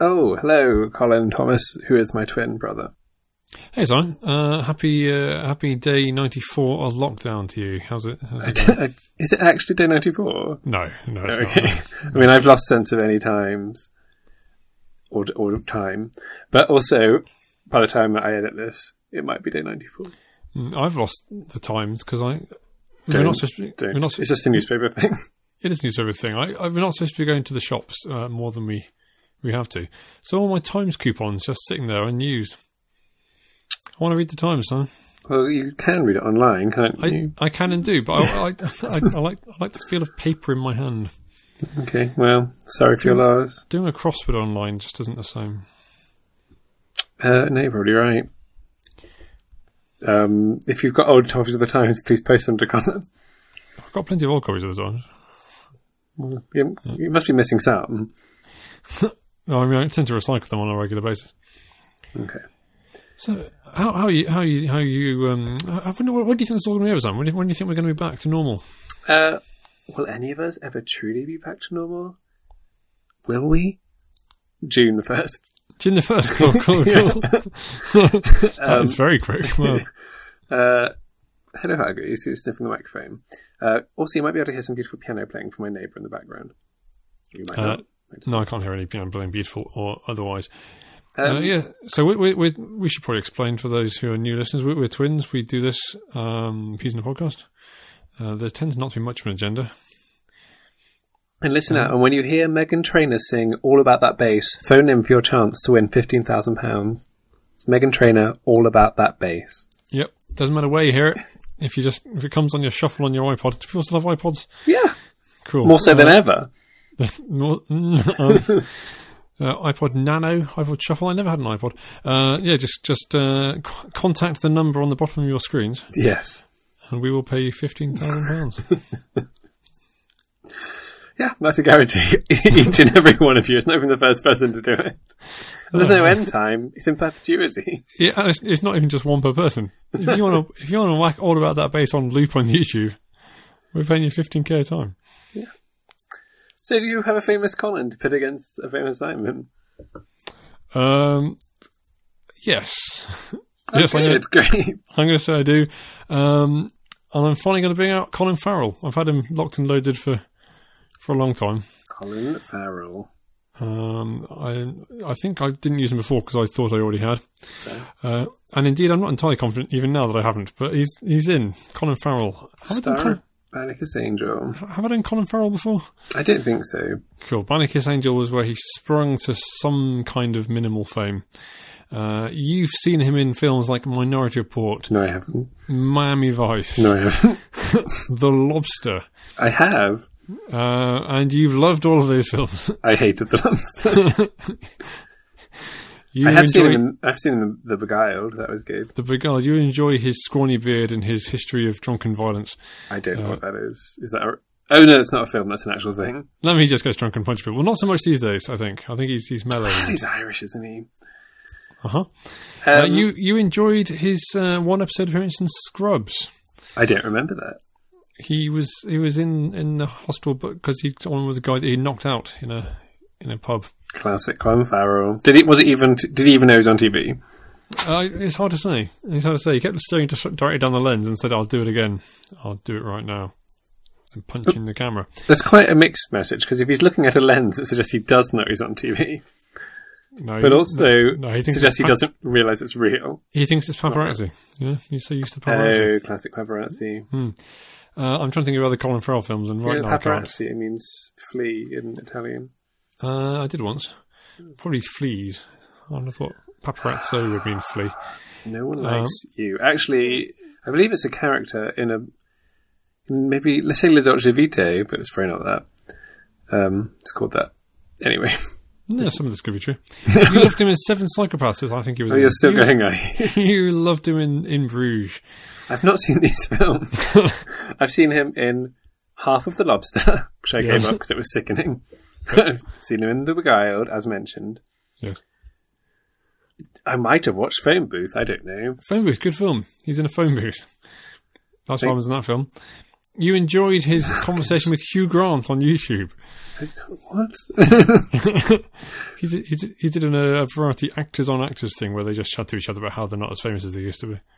Oh, hello, Colin Thomas, who is my twin brother. Hey Simon, uh, happy uh, happy day ninety four of lockdown to you. How's it? How's it going? is it actually day 94? no, no, it's okay. not. I mean, I've lost sense of any times or, or time. But also, by the time I edit this, it might be day 94. Mm, I've lost the times because I. we're Don't- not supposed. To, don't. we're not. it's just a newspaper thing. It is a newspaper thing. I, I, we're not supposed to be going to the shops uh, more than we we have to. So all my times coupons just sitting there unused. I want to read the times, son. well, you can read it online, can't I, you? I can and do, but I, I, I, I like I like the feel of paper in my hand. Okay, well, sorry for your loss. Doing a crossword online just isn't the same. Uh, no, you're probably right. Um, if you've got old copies of the Times, please post them to Colin. I've got plenty of old copies of the times. You, you must be missing some. No, I mean I tend to recycle them on a regular basis. Okay. So how how you how you how you um I I wonder what, what do you think this is all going to be over, Sam? When do, you- when do you think we're going to be back to normal? Uh, will any of us ever truly be back to normal? Will we? June the 1st. June the first. Cool, cool, cool. that was very quick. Wow. Uh, hello, Huggies, who's sniffing the microphone. Uh, also, you might be able to hear some beautiful piano playing from my neighbour in the background. You might Uh, not. no, I can't hear any piano playing beautiful or otherwise. Um, uh, yeah, so we, we, we, we should probably explain for those who are new listeners. We, we're twins. We do this um, piece in the podcast. Uh, there tends not to be much of an agenda. And listen out, and when you hear Megan Trainor sing All About That Bass, phone in for your chance to win £15,000. It's Megan Trainor, All About That Bass. Yep, doesn't matter where you hear it. If you just if it comes on your shuffle on your iPod, do people still have iPods? Yeah, Cool. more so than Uh, ever. more- mm, um, uh, iPod Nano, iPod Shuffle. I never had an iPod. Uh, yeah, just just uh, c- contact the number on the bottom of your screens, Yes. and we will pay you fifteen thousand pounds. Yeah, that's a guarantee. Each and every one of you is not even the first person to do it. And there's Oh. no end time. It's in perpetuity. Yeah, and it's, it's not even just one per person. If you want to, if you want to whack all about that bass on loop on YouTube, we're paying you 15k a time. So do you have a famous Colin to pit against a famous Simon? Um, yes, yes, I'm Okay, gonna, it's great. I'm gonna say I do. Um, and I'm finally gonna bring out Colin Farrell. I've had him locked and loaded for for a long time. Colin Farrell. Um, I I think I didn't use him before because I thought I already had. Uh, and indeed, I'm not entirely confident even now that I haven't. But he's he's in Colin Farrell. Have I done, Star Colin, Barnacus Angel. have I done Colin Farrell before? I don't think so. Cool. Bannicus Angel was where he sprung to some kind of minimal fame. Uh, you've seen him in films like Minority Report, No, I haven't. Miami Vice, No, I haven't. The Lobster, I have. uh, and you've loved all of those films. I hated the lumps. You I have seen enjoy him. In, I've seen him in The Beguiled. That was good. the Beguiled. You enjoy his scrawny beard and his history of drunken violence. I don't Oh. know what that is. Is that? A, oh no, it's not a film. That's an actual thing. Let me just gets drunk and punch people. Well, not so much these days. I think. I think he's he's mellow. Uh He's Irish, isn't he? huh. Um, Uh, you you enjoyed his uh, one episode appearance in Scrubs. Um, I don't remember that. he was he was in in the hospital because he on with a guy that he knocked out in a in a pub. Classic Colin Farrell. Did he? Was it even? Did he even know he was on TV? Uh, it's hard to say. It's hard to say. He kept staring dis- directly down the lens and said, "I'll do it again. I'll do it right now," and punching the camera. That's quite a mixed message because if he's looking at a lens, it suggests he does know he's on TV, No, but also no, he thinks suggests it's he pa- doesn't realise it's real. he thinks it's paparazzi. Yeah, he's so used to paparazzi. Oh, classic paparazzi. Uh, I'm trying to think of other Colin Farrell films, and Hmm. right You know, now I can't. paparazzi means flea in Italian. Uh, I did once. Hmm. Probably fleas. I would have thought paparazzo would mean flea. No Um, one likes you. Actually, I believe it's a character in a maybe let's say La Dolce Vita, but it's probably not that. Um, it's called that anyway. Yeah, some of this could be true. you loved him in Seven Psychopaths. I think he was. Oh, in. you're still You- going, are you? you loved him in, in Bruges. I've not seen these films. I've seen him in Half of the Lobster, which I Yes. gave up because it was sickening. I've seen him in The Beguiled, as mentioned. Yes. I might have watched Phone Booth. I don't know. Phone booth, good film. He's in a phone booth. That's why I was in that film. You enjoyed his conversation with Hugh Grant on YouTube. What? He did, he did, he did an, a variety actors on actors thing where they just chat to each other about how they're not as famous as they used to be.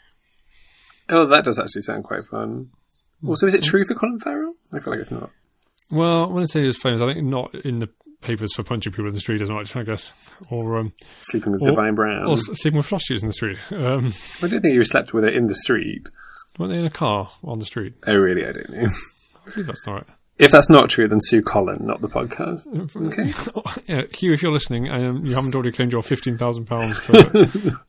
Oh, that does actually sound quite fun. Also, is it true for Colin Farrell? I feel like it's not. Well, when I say he was famous, I think not in the papers for punching people in the street as much, I guess, or um, Sleeping with Or- Divine Brown. or sleeping with flushes in the street. Um, I don't think you slept with her in the street. weren't they in a car on the street? Oh, really? I don't know. I believe that's not right. If that's not true, then sue Colin, not the podcast. Okay. yeah, Hugh, if you're listening, um, you haven't already claimed your fifteen thousand pounds for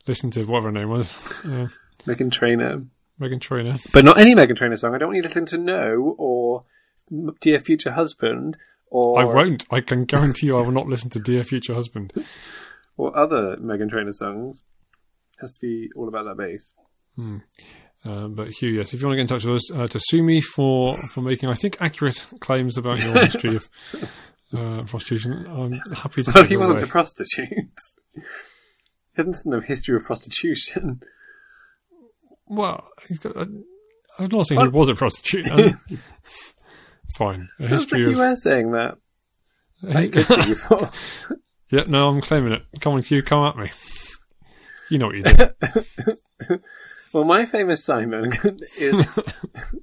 listening to whatever her name was, uh, Megan Trainer, Megan Trainer. but not any Megan Trainer song. I don't want you listening to "No" or M- "Dear Future Husband" or I won't. I can guarantee you, I will not listen to "Dear Future Husband." or other Megan Trainer songs. Has to be all about that bass. Um, but Hugh, yes, if you want to get in touch with us, uh, to sue me for, for making, I think, accurate claims about your history of uh, prostitution, I'm happy to So he take them wasn't away. a prostitute. he hasn't no history of prostitution. well, he's got, I, I'm not saying he was a prostitute. I- fine. A Sounds like history you of, were saying that. I could yeah, see you for. no, I'm claiming it. Come on, Hugh, come at me. You know what you did. Well, my famous Simon is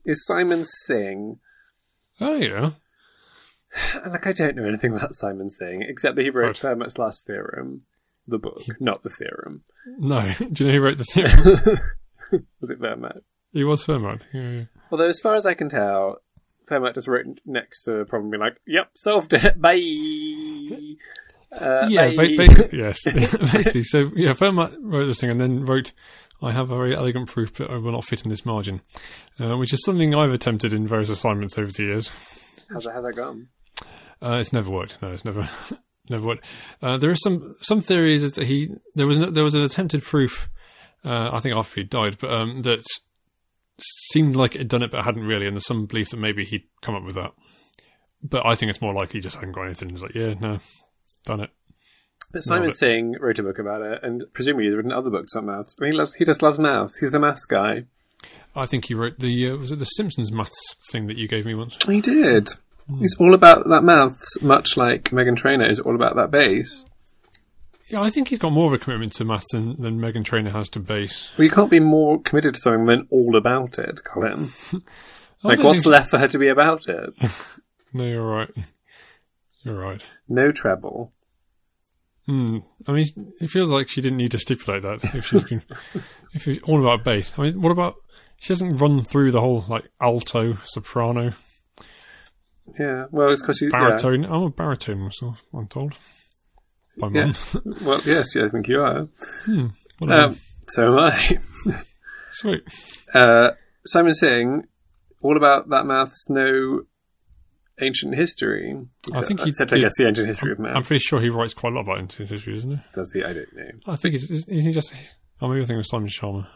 is Simon Singh. oh, yeah. Like I don't know anything about Simon Singh except that he wrote Fermat's Last Theorem, the book, not the theorem. No. Do you know who wrote the theorem? Was it Fermat? he was Fermat. Yeah, yeah. Although, as far as I can tell, Fermat just wrote next to the problem, being like, "Yep, solved it. Bye." Uh, yeah, bye. ba- ba- yes, basically. So yeah, Fermat wrote this thing and then wrote, "I have a very elegant proof, but I will not fit in this margin," uh, which is something I've attempted in various assignments over the years. how's, that, how's that gone? Uh, it's never worked. No, it's never, never worked. Uh, there is some some theories is that he there was no, there was an attempted proof. Uh, I think after he died, but um, that seemed like it done it, but hadn't really. And there's some belief that maybe he'd come up with that. But I think it's more like he just hadn't got anything. He's like, yeah, no, done it. But Simon but- Singh wrote a book about it, and presumably he's written other books on maths. I mean, he loves, he just loves maths. He's a maths guy. I think he wrote the uh, was it the Simpsons maths thing that you gave me once. He did. Hmm. He's all about that maths, much like Megan Trainer is all about that bass. Yeah, I think he's got more of a commitment to maths than, than Megan Trainer has to bass. Well, you can't be more committed to something than all about it, Colin. I Like, don't what's think- left for her to be about it? No, you're right. You're right. No treble. Hmm. I mean, it feels like she didn't need to stipulate that if she's been if it's all about bass. I mean, what about she hasn't run through the whole like alto, soprano, Yeah. Well, it's because she's baritone. I'm a baritone myself. I'm told by Yeah. mum. Yeah. Well, yes, yeah, I think you are. Whatever. Um, so am I. Sweet. Uh, Simon Singh, all about that maths, no ancient history. Except- think he except I did- guess the ancient history of maths. I'm pretty sure he writes quite a lot about ancient history, isn't he? Does he? I don't know. I think he's, is he just. Oh, maybe I think of Simon Sharma.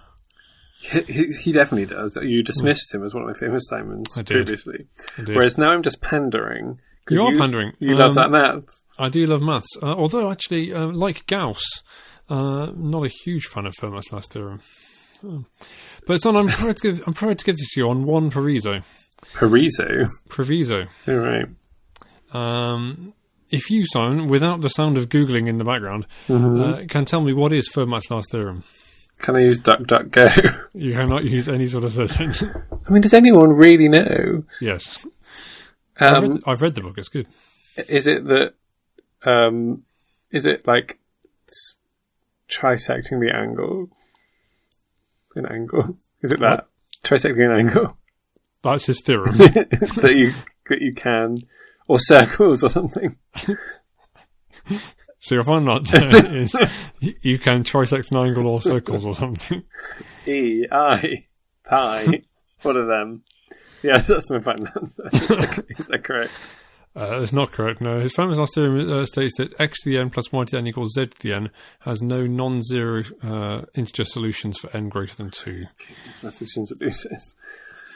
He, he, he definitely does. You dismissed him as one of my famous Simons Hmm. I did. previously. Indeed. Whereas now I'm just pandering. 'cause You are pandering. You love Um, that maths. I do love maths, uh, although actually, uh, like Gauss, uh, not a huge fan of Fermat's last theorem. Um, but son, I'm proud to give I'm proud to give this to you on one proviso. Pariso. Proviso. All right. Um, if you, Simon, without the sound of googling in the background, uh, can tell me what is Fermat's last theorem, Can I use DuckDuckGo? you cannot use any sort of search engine. I mean, does anyone really know? yes, Um, I've, read, I've read the book. It's good. is it that? Um, is it like s- trisecting the angle? An angle? Is it that trisecting an angle That's his theorem. that you that you can, or circles or something? so your final answer uh, is you, you can trisect an angle or circles or something. E I pi. What are them? Yeah, that's my final answer. is that correct? Uh, that's not correct, no. His famous last theorem uh, states that x to the n plus y to the n equals z to the n has no non zero uh, integer solutions for n greater than 2. Mathematicians that do this.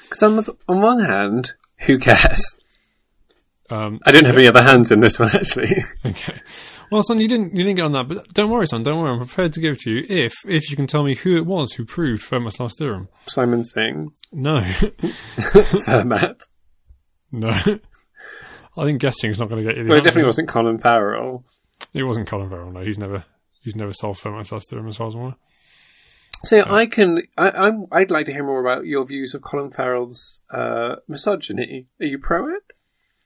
Because on the on one hand, who cares? Um, I didn't have any other hands in this one actually. okay. Well, son, you didn't, you didn't get on that, but don't worry, son, don't worry. I'm prepared to give it to you if, if you can tell me who it was who proved Fermat's last theorem. Simon Singh, No. Fermat. no. I think guessing is not going to get you the Well, it answer. definitely wasn't Colin Farrell. It wasn't Colin Farrell. No, he's never he's never solved Fermat's last theorem as far as I'm aware. So I can, I, I'm, I'd like to hear more about your views of Colin Farrell's uh, misogyny. Are you pro it?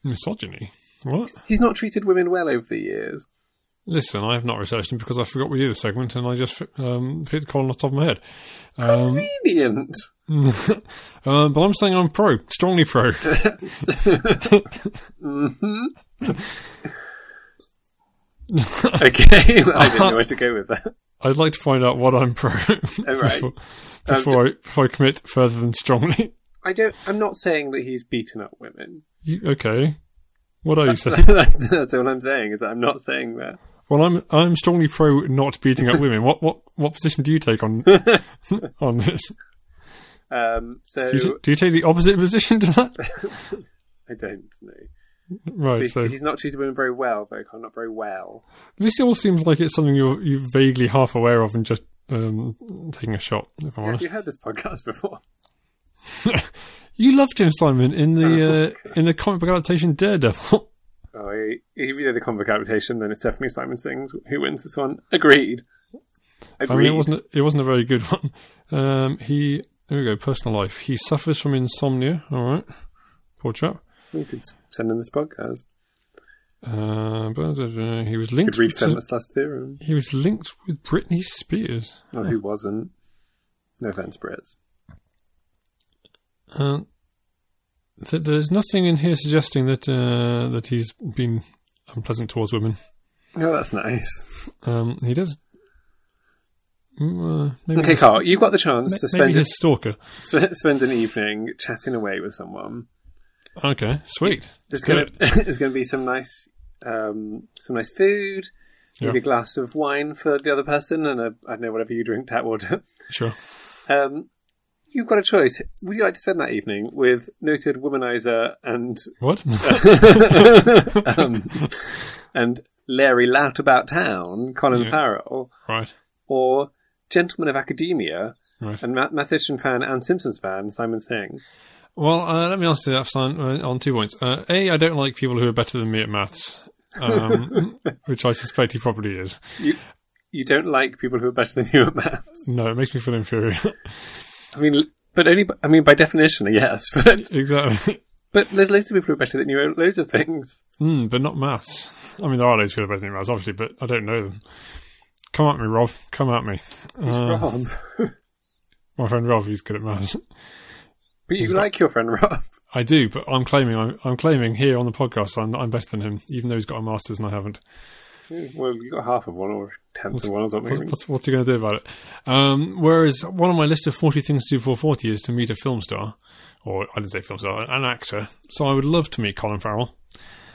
Misogyny. What? He's not treated women well over the years. Listen, I have not researched him because I forgot we did a segment and I just um, hit Colin off the top of my head. Um, Brilliant. um, but I'm saying I'm pro, strongly pro. Okay, well, I didn't know where to go with that. I'd like to find out what I'm pro right. before, before, I, before I commit further than strongly. I don't. I'm not saying that he's beaten up women. You- okay, what are you saying? that's, that's all I'm saying is that I'm not saying that. Well, I'm I'm strongly pro not beating up women. What what what position do you take on on this? Um, so Do you, do you take the opposite position to that? I don't know. Right. He's, So he's not treated women very well, though. Colin, Not very well. this all seems like it's something you're you vaguely half aware of and just um, taking a shot. If I'm Have honest, you heard this podcast before? you loved him, Simon, in the uh, in the comic book adaptation Daredevil. Oh, he, if you did the comic adaptation, then it's definitely Simon Sings who wins this one. Agreed. Agreed. I mean, it wasn't it wasn't a very good one. Um, he there we go. Personal life. He suffers from insomnia. All right, poor chap. We could s- send in this podcast. Uh, but, uh, he was We linked could read to- Feminist Last Theorem. He was linked with Britney Spears. Oh, who wasn't? No offense, Brits. Uh, th- there's nothing in here suggesting that uh, that he's been unpleasant towards women. Oh, that's nice. Um, he does. Mm, uh, maybe Okay, Carl, you got the chance to maybe spend, his stalker. sp- spend an evening chatting away with someone. Okay, sweet. There's Let's gonna do it. there's gonna be some nice um, some nice food, maybe Yeah. a glass of wine for the other person, and a, I don't know whatever you drink, tap water. Sure. Um, you've got a choice. Would you like to spend that evening with noted womanizer and What? um, and Larry Lout about town, Colin Yeah. Farrell, right. or gentleman of academia Right. and math- mathematician fan and Simpsons fan Simon Singh? Well, uh, let me answer that Simon, uh, on two points. Uh, a, I don't like people who are better than me at maths, um, which I suspect he probably is. You you don't like people who are better than you at maths. No, it makes me feel inferior. I mean, but only I mean by definition, yes. But exactly. but there's loads of people who are better than you at loads of things. Mm, but not maths. I mean, there are loads of people better than maths, obviously, but I don't know them. Come at me, Rob. Come at me. Uh, Rob, my friend Rob, he's good at maths. but you he's like your friend Rob. I do, but I'm claiming I'm, I'm claiming here on the podcast I'm, I'm better than him, even though he's got a master's and I haven't. Well, you got half of one or tenth of one or What's, something. what's, what's he going to do about it? Um, whereas one on my list of 40 things to do before 40 is to meet a film star, or I didn't say film star, an actor. So I would love to meet Colin Farrell.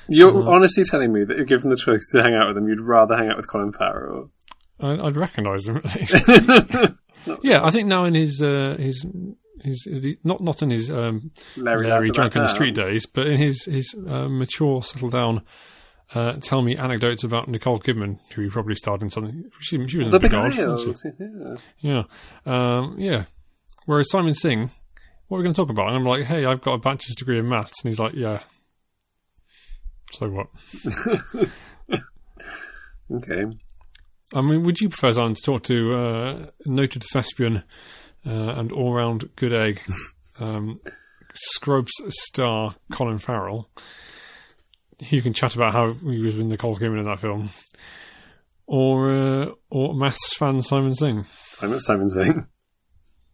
You're Uh-huh. honestly telling me that if given the choice to hang out with him, you'd rather hang out with Colin Farrell. I, I'd recognise him at least. yeah, I think now in his uh, his his the, not not in his um, Larry, Larry Laugh drunk in About the street Town. days, but in his his uh, mature, settle down, uh, tell me anecdotes about Nicole Kidman, who he probably starred in something. She, she was in The the Big Big Isle, wasn't Isles, yeah. she? Yeah, um, yeah. Whereas Simon Singh, what are we going to talk about? And I'm like, hey, I've got a bachelor's degree in maths, and he's like, yeah. So what? Okay. I mean, would you prefer Simon to talk to uh, noted thespian uh, and all-round good egg, um, Scrubs star Colin Farrell? You can chat about how he was with Nicole Kidman in that film, or uh, or maths fan Simon Singh, Simon, Simon Singh.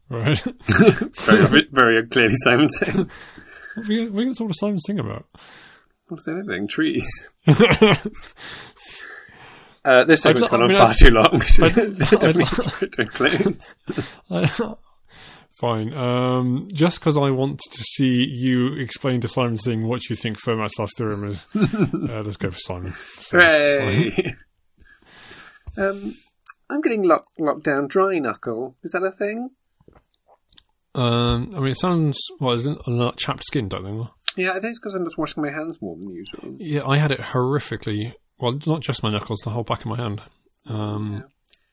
right? what Very, very clearly Simon Singh. are you going to talk to Simon Singh about? What's anything? Trees. Uh, this I'd segment's lo- gone on I mean, far I'd- too long. We should I'd- I'd definitely lo- put it to a close. Fine. Um, just because I want to see you explain to Simon Singh what you think Fermat's last theorem is, uh, let's go for Simon. So, Hooray! um, I'm getting lock, locked down dry knuckle. Is that a thing? Um, I mean, it sounds well, isn't it? Not chapped skin type thing. Yeah, I think it's because I'm just washing my hands more than usual. Yeah, I had it horrifically. Well, not just my knuckles, the whole back of my hand. Um,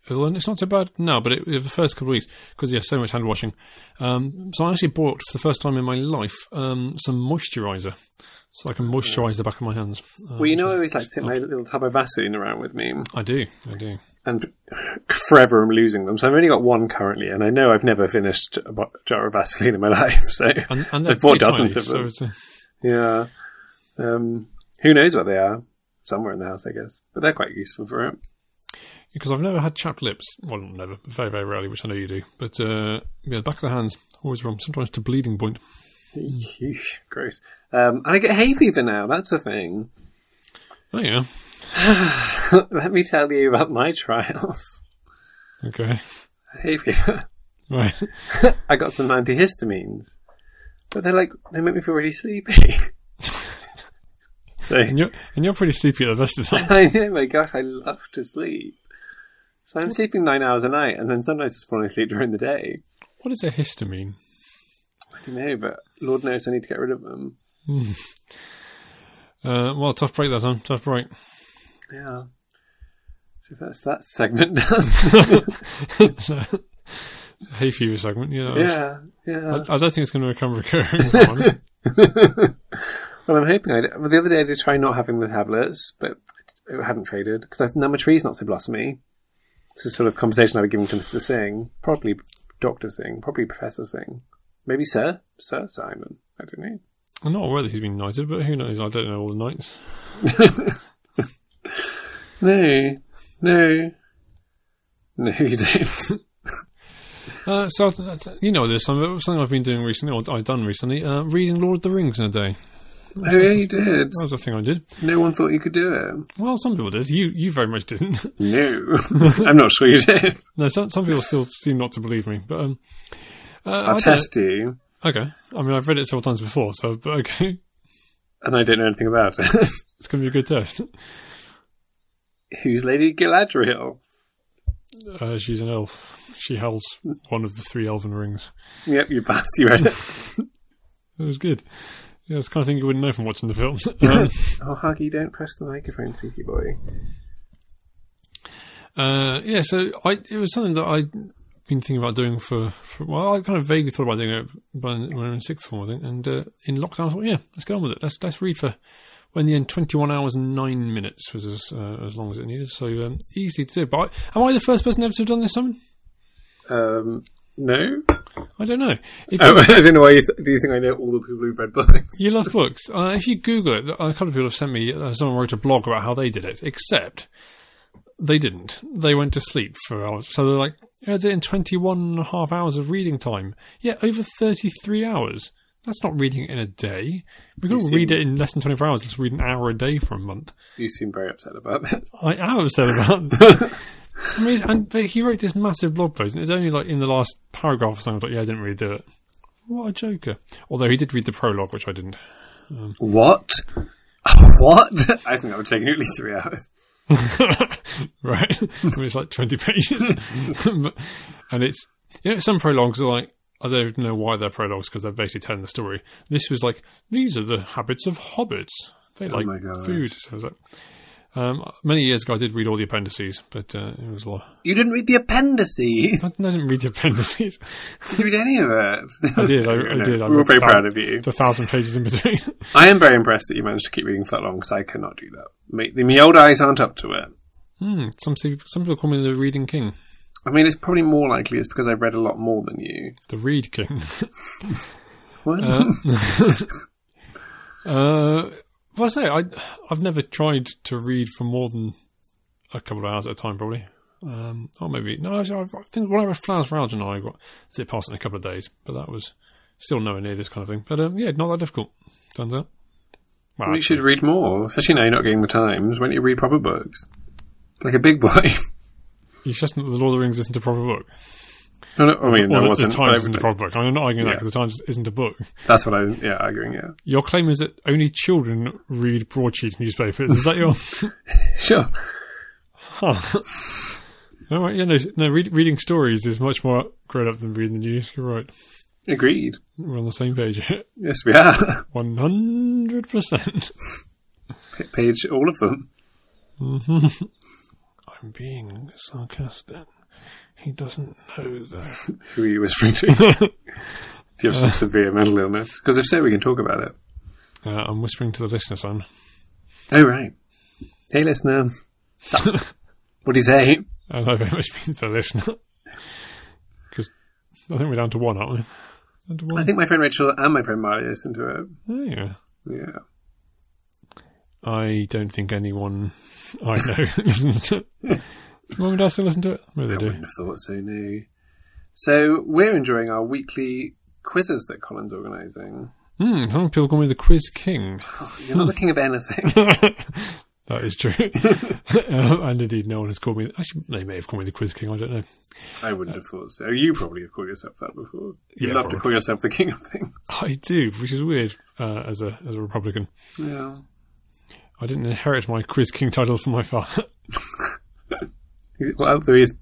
well, and it's not so bad now, but it, it was the first couple of weeks, because yeah, so much hand washing. Um, so I actually bought for the first time in my life um, some moisturiser, so I can moisturise the back of my hands. Um, Well, you know, I which always like to take my little tub of Vaseline around with me, is- I do, I do. and forever I'm losing them. So I've only got one currently, and I know I've never finished a bo- jar of Vaseline in my life. So And, and I they're bought pretty dozens tiny, of them. So it's, uh, yeah, um, who knows what they are? Somewhere in the house, I guess. But they're quite useful for it. because I've never had chapped lips. Well, not never, but very, very rarely, which I know you do. But uh, yeah, the back of the hands always wrong, sometimes to bleeding point. Yeesh, Gross. Um, and I get hay fever now. That's a thing. Oh yeah, Let me tell you about my trials. okay, hay fever. right. I got some antihistamines, but they're like they make me feel really sleepy. so And you're and you're pretty sleepy at the best of times. I know, my gosh, I love to sleep. So I'm sleeping nine hours a night, and then sometimes just falling asleep during the day. What is a histamine? I don't know, but Lord knows I need to get rid of them. Uh, well, tough break that time. Tough break. Yeah. So that's that segment done. Hay fever segment. Yeah. that was- yeah, yeah. I, I don't think it's going to become recurring. if I'm honest. Well, I'm hoping I. d- Well, the other day I did try not having the tablets, but it hadn't faded because now my tree's not so blossomy. It's the sort of conversation I was giving to Mr. Singh, probably Doctor Singh, probably Professor Singh, maybe Sir Sir Simon. I don't know. I'm not aware that he's been knighted, but who knows? I don't know all the knights. No, no, no, you don't. Uh, so uh, you know this. um, Something I've been doing recently, or I've done recently, uh, reading Lord of the Rings in a day. oh, yeah, you did. That was a thing I did. No one thought you could do it. Well, some people did. You you very much didn't. No, I'm not sure you did. no, some some people still seem not to believe me. But um, uh, I I'll don't- test you, Okay. I mean, I've read it several times before, so but okay, and I don't know anything about it. it's going to be a good test. Who's Lady Galadriel? Uh, she's an elf. She holds one of the three elven rings. Yep, you passed. You read it. It was good. Yeah, it's the kind of thing you wouldn't know from watching the films. Um, Oh, Huggy, don't press the microphone, sweetie boy. uh, yeah, so I, it was something that I'd been thinking about doing for, for well, I kind of vaguely thought about doing it when when I was in sixth form, I think. And uh, in lockdown, I thought, yeah, let's get on with it. Let's let's read for. When the end, twenty-one hours and nine minutes was as, uh, as long as it needed, so um, easy to do. But I, am I the first person ever to have done this, Simon? Um, no? I don't know. If Oh, I don't know why you th- do you think I know all the people who've read books. You love books. Uh, if you Google it, a couple of people have sent me. Uh, someone wrote a blog about how they did it, except they didn't. They went to sleep for hours. So they're like, "Yeah, I did it in 21 and a half hours of reading time. Yeah, over 33 hours. That's not reading it in a day. We could all seem- read it in less than 24 hours. Let's read an hour a day for a month. You seem very upset about this. I am upset about that. I mean, it's- and but he wrote this massive blog post, and it's only like in the last paragraph or something. I was like, yeah, I didn't really do it. What a joker. Although he did read the prologue, which I didn't. What? what? I think that would take at least three hours. right? I mean, it's like 20 pages. But- and it's, you know, some prologues are like, I don't know why they're prologues because they're basically telling the story. This was like, these are the habits of hobbits. They like Oh my gosh. food. So I was like, um, many years ago, I did read all the appendices, but uh, it was a lot. You didn't read the appendices. I didn't read the appendices. Did you read any of it? I did. I, I No, did. I We're all read very the proud thou- of you. The thousand pages in between. I am very impressed that you managed to keep reading for that long because I cannot do that. Me, the- me old eyes aren't up to it. Hmm, some, people- some people call me the reading king, I mean, it's probably more likely it's because I've read a lot more than you. the read king. What? Uh, well, I say I, I've never tried to read for more than a couple of hours at a time, probably. Um, or maybe no. Actually, I've, I think when I was Flowers for Algernon, I got it past in a couple of days, but that was still nowhere near this kind of thing. But um, yeah, not that difficult. Turns out. Well, You should read more, especially now you're not getting the times. Why don't you read proper books? Like a big boy. you just the Lord of the Rings isn't a proper book. No, no, I mean, Or that the, the wasn't. Times I- isn't a proper book. I'm not arguing Yeah. that because the Times isn't a book. that's what I'm yeah, arguing, yeah. Your claim is that only children read broadsheet newspapers. Is that your? Sure. Huh. Oh. All right, yeah, no, no read, reading stories is much more grown up than reading the news. You're right. Agreed. We're on the same page. Yes, we are. 100%. P- Page all of them. I I'm being sarcastic. He doesn't know that. Who are you whispering to? Uh, Do you have some severe mental illness? Because if so, we can talk about it. Uh, I'm whispering to the listener, son. Oh, right. Hey, listener. Sup? what do you say? And I very much mean to the listener. Because I think we're down to one, aren't we? Down to I one. think my friend Rachel and my friend Marley listened to it. Oh, yeah. Yeah. I don't think anyone I know listens to it. Do Mum and Dad still listen to it? I Maybe they do. wouldn't have thought so, no. So we're enjoying our weekly quizzes that Colin's organising. Hmm, some people call me the Quiz King. You're not the king of anything. that is true. um, and indeed, no one has called me. Actually, they may have called me the Quiz King. I don't know. I wouldn't have thought so. You probably have called yourself that before. You Yeah, love probably. to call yourself the king of things. I do, which is weird uh, as a as a Republican. Yeah. I didn't inherit my Quiz King title from my father. Well, there is.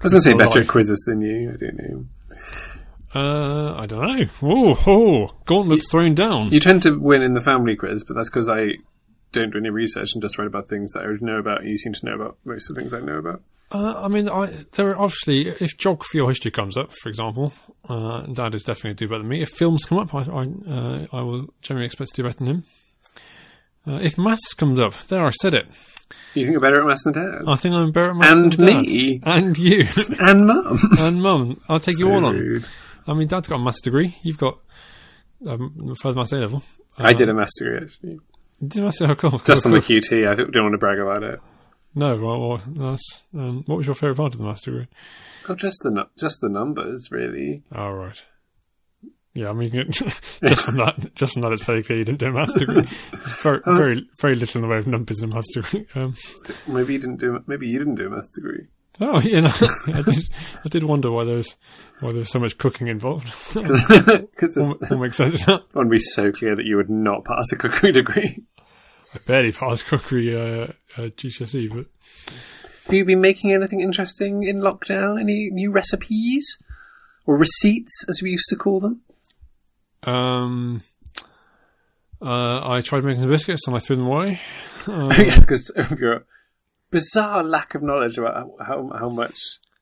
I was going to say Quiz better life. quizzes than you. I don't know. Uh, I don't know. Oh, oh gauntlet thrown down. You tend to win in the family quiz, but that's because I don't do any research and just write about things that I would know about. And you seem to know about most of the things I know about. Uh, I mean, I, there are obviously if geography or history comes up, for example, uh, Dad is definitely do better than me. If films come up, I I, uh, I will generally expect to do better than him. Uh, if maths comes up, there I said it. You think you're better at maths than dad, I think I'm better at maths And than Dad. me. and you, and mum. and Um, Mum. I'll take you all on. Rude. I mean, Dad's got a maths degree. You've got um, further maths A level. I did a maths degree actually, Did I say how cool? just on the QT. I don't want to brag about it. No, well, well that's, um, what was your favourite part of the maths degree? Oh, just the nu- just the numbers, really. Oh, right. Yeah, I mean, you can- just from that, just from that, it's very clear you didn't do a maths degree. It's very, very, very little in the way of numbers in a maths degree. Um, Maybe you didn't do. Maybe you didn't do a maths degree oh, you know, I did, I did wonder why there was, why there was so much cooking involved. because all, all makes sense. now. I want to be so clear that you would not pass a cookery degree. I barely passed cookery uh, uh, GCSE, but Have you been making anything interesting in lockdown? Any new recipes or receipts, as we used to call them? um, uh, I tried making some biscuits and I threw them away. Oh yes, because of your bizarre lack of knowledge about how how much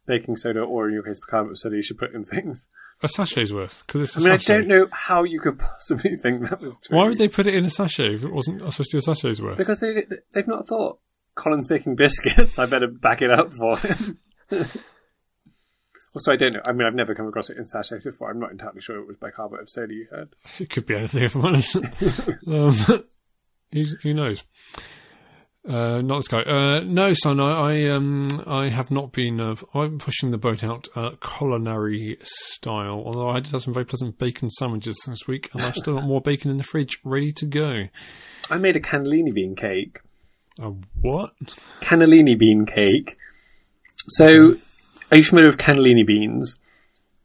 baking soda or, in your case, carbonate soda you should put in things. A sachet's worth because it's. a I mean, I sachet. don't know how you could possibly think that was true. Why would they put it in a sachet if it wasn't supposed to be a sachet's worth? Because they they've not thought. Colin's baking biscuits. I better back it up for him. also, I don't know. I mean, I've never come across it in sachets before. I'm not entirely sure it was bicarbonate of soda you had. It could be anything, if I'm honest. um, who's- who knows? Uh, not this guy. Uh, no, son, I, I, um, I have not been. Uh, I'm pushing the boat out uh, culinary style. Although I did have some very pleasant bacon sandwiches this week, and I've still got more bacon in the fridge ready to go. I made a cannellini bean cake. Uh, what? Cannellini bean cake. So, are you familiar with cannellini beans?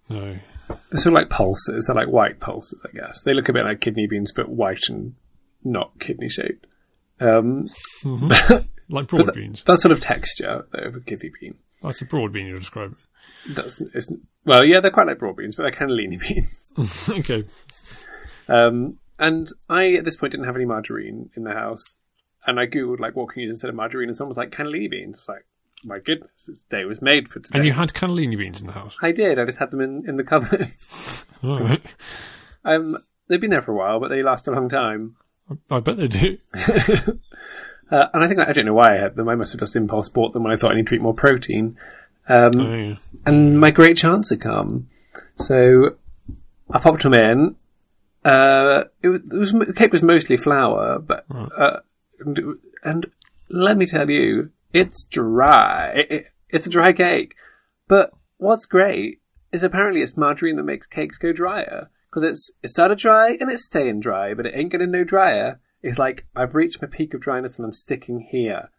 No. They're sort of like pulses. They're like white pulses, I guess. They look a bit like kidney beans, but white and not kidney shaped. Um, Like broad beans. that sort of texture though, of a kidney bean. That's a broad bean you're describing. That's it's, well, yeah, they're quite like broad beans, but they're cannellini beans. okay. Um, and I at this point didn't have any margarine in the house, and I googled like what can you use instead of margarine, and someone was like cannellini beans. I was like, my goodness, this day was made for today. And you had cannellini beans in the house. I did. I just had them in, in the cupboard. All right. Um, they've been there for a while, but they last a long time. I bet they do. Uh, and I think I, I don't know why I had them. I must have just impulse bought them when I thought I need to eat more protein. Um, Oh, yeah. and my great chance had come. So I popped them in. Uh, it was, it was the cake was mostly flour, but uh, and, it- and let me tell you, it's dry. It- it- it's a dry cake. But what's great is apparently it's margarine that makes cakes go drier because it's it started dry and it's staying dry, but it ain't getting no drier. It's like I've reached my peak of dryness and I'm sticking here.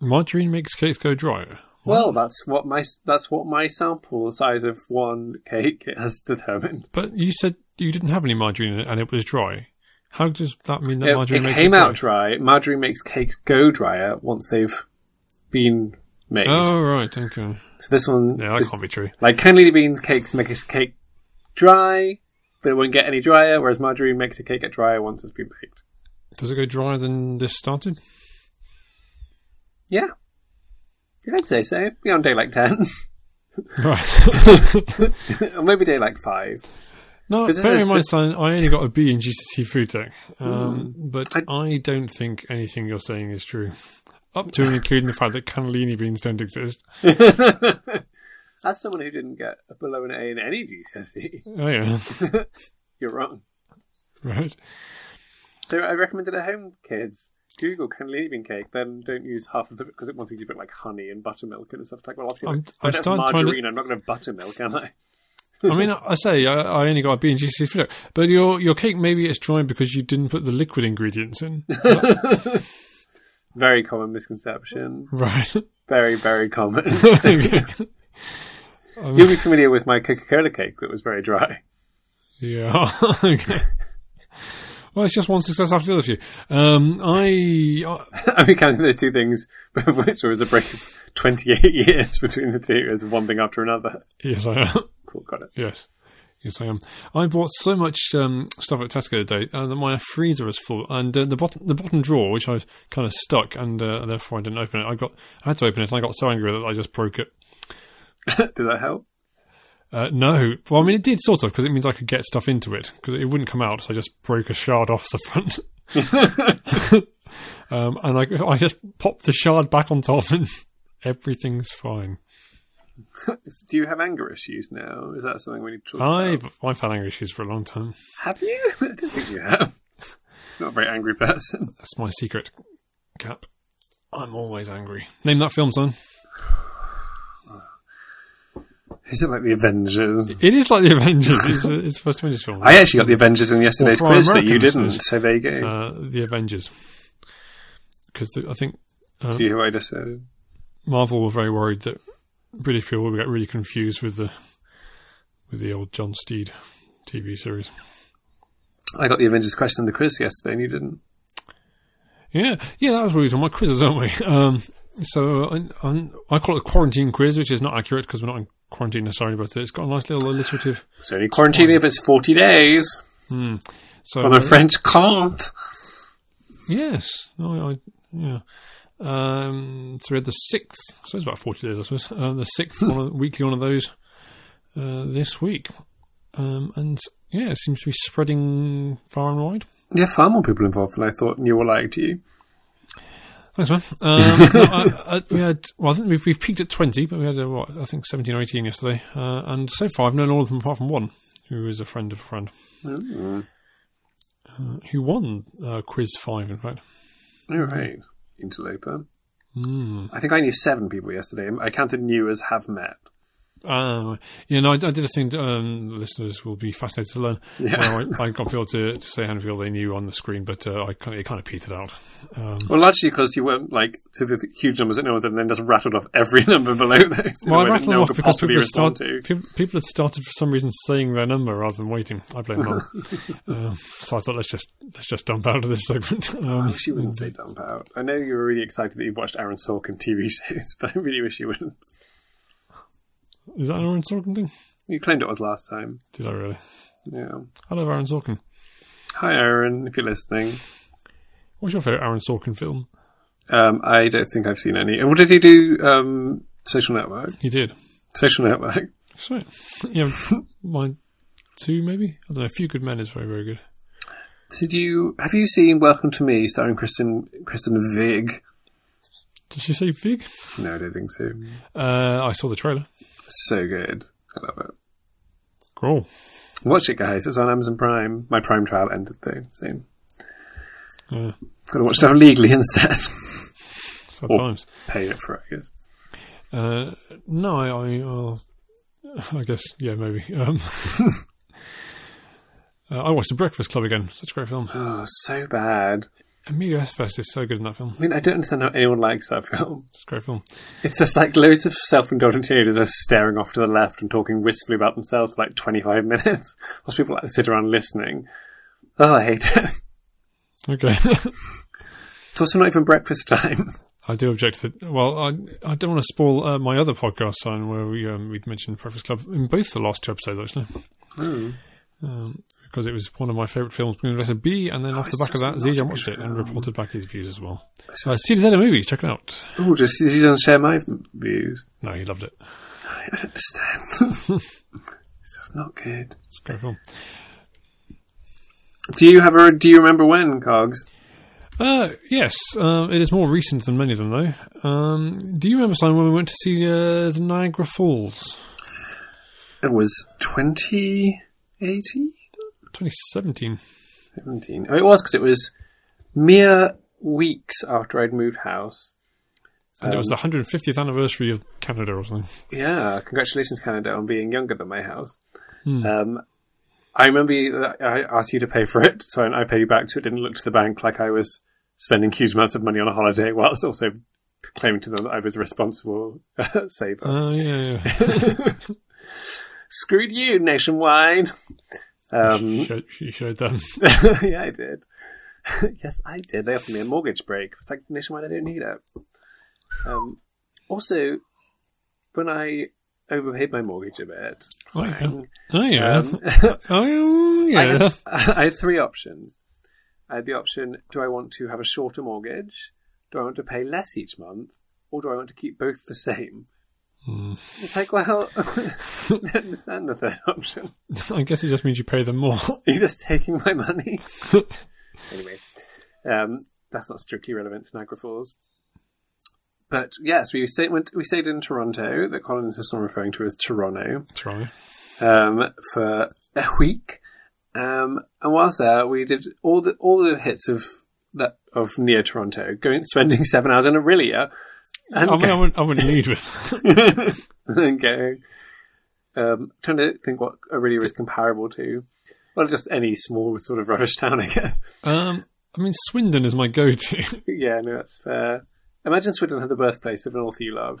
Margarine makes cakes go drier. Well, that's what my that's what my sample size of one cake has determined. But you said you didn't have any margarine in it and it was dry. How does that mean that It, margarine it makes came it out dry. Margarine makes cakes go drier once they've been made. Oh right, okay. So this one, Yeah, that is- can't be true. like cannellini beans cakes make a s- cake dry, but it won't get any drier. Whereas margarine makes a cake get drier once it's been baked. Does it go drier than this started? Yeah, Yeah, I'd say so. Be on day like 10. Right. or maybe day like 5. No, Because this bear is in the- mind, son, I only got a B in GCT Food Tech, um, Mm. but I, don't think anything you're saying is true. Up to and including the fact that cannellini beans don't exist. As someone who didn't get a below an A in any GCSE, Oh yeah, you're wrong. right. So I recommended at home, kids. Google cannellini bean cake, then don't use half of it because it wants you to put like honey and buttermilk and stuff. It's like, well, obviously, I'm- like, I I'm don't have starting to under- margarine. I'm not going to have buttermilk, am I? I mean, I say I, I only got a B in GCT Food Tech, but your your cake maybe it's dry because you didn't put the liquid ingredients in. Very common misconception. right. Very, very common. Okay. You'll be familiar with my Coca Cola cake that was very dry. Yeah. okay. Well, it's just one success after the other for you. Um, I, I I'm counting those two things, both of which was a break of 28 years between the two as one thing after another. yes, I am. Cool, got it. Yes. Yes, I am. I bought so much um, stuff at Tesco today uh, that my freezer is full, and uh, the bottom the bottom drawer, which I kind of stuck, and uh, therefore I didn't open it. I got I had to open it, and I got so angry that I just broke it. Did that help? Uh, no, well, I mean it did sort of because it means I could get stuff into it because it wouldn't come out. So I just broke a shard off the front, um, and I I just popped the shard back on top, and everything's fine. Do you have anger issues now? Is that something we need to talk about? I've I've had anger issues for a long time. Have you? I don't think you have. Not a very angry person. That's my secret cap. I'm always angry. Name that film, son. Is it like the Avengers? It is like the Avengers. It's, uh, it's the first Avengers film. I actually got the Avengers in yesterday's Well, for our quiz that you American didn't, listeners. so there you go. uh, the Avengers because I think Do you uh, hear what I just said? Marvel were very worried that British people would get really confused with the with the old John Steed TV series. I got the Avengers question in the quiz yesterday and you didn't. Yeah, yeah, that was what we were talking about quizzes, aren't we? Um, so uh, I, I'm- I call it a quarantine quiz, which is not accurate because we're not in quarantine necessarily, but it's got a nice little alliterative. It's only quarantine if it's 40 days So on a French can't. Yes. No, I, yeah. Um, so we had the sixth. So it's about forty days, I suppose. Um, the sixth one, of- weekly one of those uh, this week, um, and yeah, it seems to be spreading far and wide. Yeah, far more people involved than I thought and you were lying to you. Thanks, man. Um, no, I, I, we had well, I think we've, we've peaked at twenty, but we had uh, what I think seventeen or eighteen yesterday, uh, and so far I've known all of them apart from one, who is a friend of a friend, uh, who won uh, quiz five, in fact. All right, interloper. Hmm. I think I knew seven people yesterday. I counted new as have met. Uh, yeah, no, I, I did a thing. Um, listeners will be fascinated to learn. Yeah. Well, I, I got Phil to, to say Hanfield they knew on the screen, but uh, I kind of, it kind of petered out. Um, Well, largely because you weren't like to the huge numbers that no one said, and then just rattled off every number below those. in a well, way I that rattled no them one off could because possibly people had, respond start, peop- people had started for some reason saying their number rather than waiting. I blame mum. um, so I thought let's just let's just dump out of this segment. Um, I wish you wouldn't say dump out. I know you were really excited that you watched Aaron Sorkin TV shows, but I really wish you wouldn't. is that an Aaron Sorkin thing? You claimed it was last time. Did I really? Yeah. I love Aaron Sorkin. Hi, Aaron, if you're listening. What's your favorite Aaron Sorkin film? Um, I don't think I've seen any. And what did he do? Um, social Network. He did. Social Network. So yeah, mine two maybe. I don't know. A Few Good Men is very very good. Did you have you seen Welcome to Me starring Kristen Kristen Vig? Did she say big? No, I don't think so. Uh, I saw the trailer. So good. I love it. Cool. Watch it, guys. It's on Amazon Prime. My Prime trial ended though. Same. Yeah, Got to watch that legally instead. sometimes. Pay it for it, I guess. Uh, no, I, I, uh, I guess, yeah, maybe. Um, uh, I watched The Breakfast Club again. Such a great film. Oh, so bad. Emilio Estevez is so good in that film. I mean, I don't understand how anyone likes that film. It's a great film. It's just like loads of self-indulgent teenagers are staring off to the left and talking wistfully about themselves for like 25 minutes, whilst people like sit around listening. Oh, I hate it. Okay. It's also not even breakfast time. I do object to the. Well, I I don't want to spoil uh, my other podcast Hmm. sign where we um, we'd mentioned Breakfast Club in both the last two episodes actually. Um, because it was one of my favourite films being with a letter B, and then off the Oh, it's back of just that, not a Zijan good watched it and film. reported back his views as well. It's Uh, just- CZ movie, check it out. oh, just you don't share my views. No, he loved it. I don't understand. it's just not good. It's a great film. Do you have a? Do you remember when Cogs? Uh, yes, um, it is more recent than many of them, though. Um, do you remember Simon when we went to see uh, the Niagara Falls, It was 2018? 2017? 17. Oh, it was because it was mere weeks after I'd moved house. And it was the 150th anniversary of Canada or something. Yeah, congratulations, Canada, on being younger than my house. Hmm. Um, I remember you, I asked you to pay for it, so I paid you back, so it didn't look to the bank like I was spending huge amounts of money on a holiday, whilst also claiming to them that I was a responsible saver. Uh, yeah, yeah. Screwed you, nationwide. Um, Showed- she showed them. yeah, I did. yes, I did. They offered me a mortgage break. It's like nationwide. I don't need it. Um, also, when I overpaid my mortgage a bit, Oh, yeah. clang, Oh, yeah. um, oh, I, yeah. had, I had three options. I had the option: do I want to have a shorter mortgage? Do I want to pay less each month, or do I want to keep both the same? It's like, well, I don't understand the third option. I guess it just means you pay them more. Are you just taking my money? anyway, um, that's not strictly relevant to Niagara Falls. But yes, we stayed, went, we stayed in Toronto, that Colin is on referring to as Toronto, Try. um, for a week. Um, and whilst there, we did all the all the hits of that of near Toronto, going spending seven hours in Aurelia, and I mean, I going- wouldn't, I wouldn't need with. and going. Um, trying to think what Aurelia is comparable to. Well, just any small sort of rubbish town, I guess. Um, I mean, Swindon is my go-to. Yeah, no, that's fair. Imagine Swindon had the birthplace of an author you love.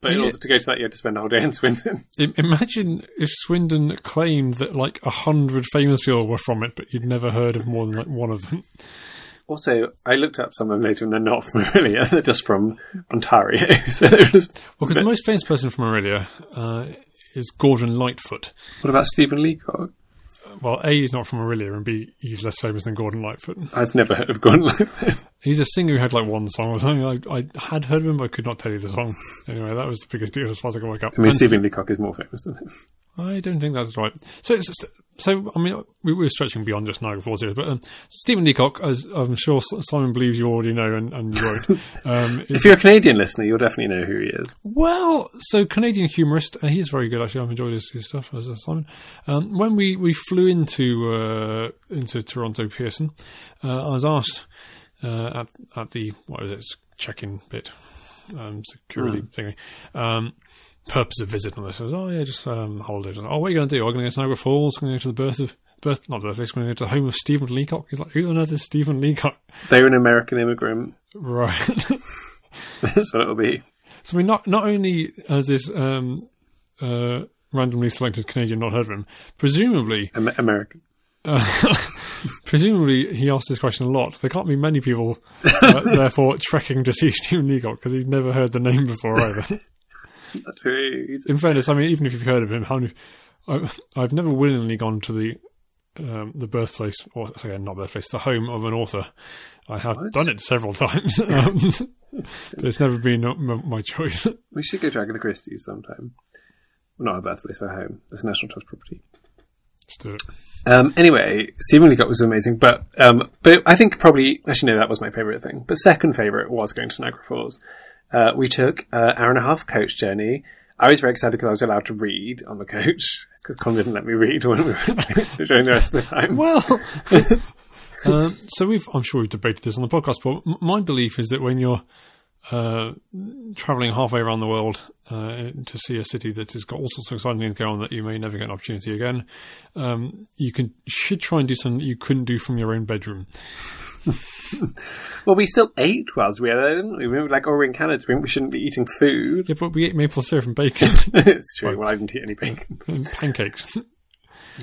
But in Yeah. order to go to that, you had to spend a whole day in Swindon. I- Imagine if Swindon claimed that like a hundred famous people were from it, but you'd never heard of more than like one of them. Also, I looked up some of them later and they're not from Aurelia, they're just from Ontario. So they're just- Well, because the most famous person from Aurelia uh, is Gordon Lightfoot. What about Stephen Leacock? Well, A, he's not from Aurelia, and B, he's less famous than Gordon Lightfoot. I've never heard of Gordon Lightfoot. He's a singer who had like one song or something. I, I had heard of him, but I could not tell you the song. Anyway, that was the biggest deal as far as I could work out. I mean, And Stephen Leacock is more famous than him. I don't think that's right. So, it's just- so I mean, we we were stretching beyond just Niagara Falls here, but um, Stephen Leacock, as I'm sure S- Simon believes you already know and, and you won't. Um, is- If you're a Canadian listener, you'll definitely know who he is. well, so Canadian humorist, uh, he's very good actually. I've enjoyed his, his stuff as has Simon. Um, when we, we flew into uh, into Toronto Pearson, uh, I was asked uh, at at the what was it check in bit um, security thingy. Um, purpose of visit and this. I was, oh yeah, just um, holiday. I was, oh, what are you going to do? I'm going to go to Niagara Falls. I'm going to go to the birth of birth not birthplace. I'm going to go to the home of Stephen Leacock. He's like, who on earth is Stephen Leacock? They're an American immigrant. Right. That's what it'll be. So I mean, not not only has this um, uh, randomly selected Canadian not heard of him, presumably, Am- American. uh, presumably he asked this question a lot. There can't be many people, uh, therefore, trekking to see Stephen Leacock because he's never heard the name before either. That's who he is. In fairness, I mean, even if you've heard of him, how many, I, I've never willingly gone to the um, the birthplace, or sorry, not birthplace, the home of an author. I have done it several times, um, but it's never been uh, m- my choice. We should go to Agatha Christie's sometime. Well, Not her birthplace, her home. It's a National Trust property. Let's do it. Um, anyway, Stephen Leacock was amazing, but um, but I think probably actually no, that was my favourite thing. But second favourite was going to Niagara Falls. Uh, we took an hour and a half coach journey. I was very excited because I was allowed to read on the coach because Con didn't let me read when we were during the rest of the time. Well, um, so we've. I'm sure we've debated this on the podcast, but m- my belief is that when you're uh, traveling halfway around the world uh, to see a city that has got all sorts of exciting things going on that you may never get an opportunity again, um, you can should try and do something that you couldn't do from your own bedroom. Well, we still ate whilst we were there, didn't we? We were like, oh, we're in Canada, we shouldn't be eating food. Yeah, but we ate maple syrup and bacon it's true. Well, I didn't eat any bacon. and pancakes.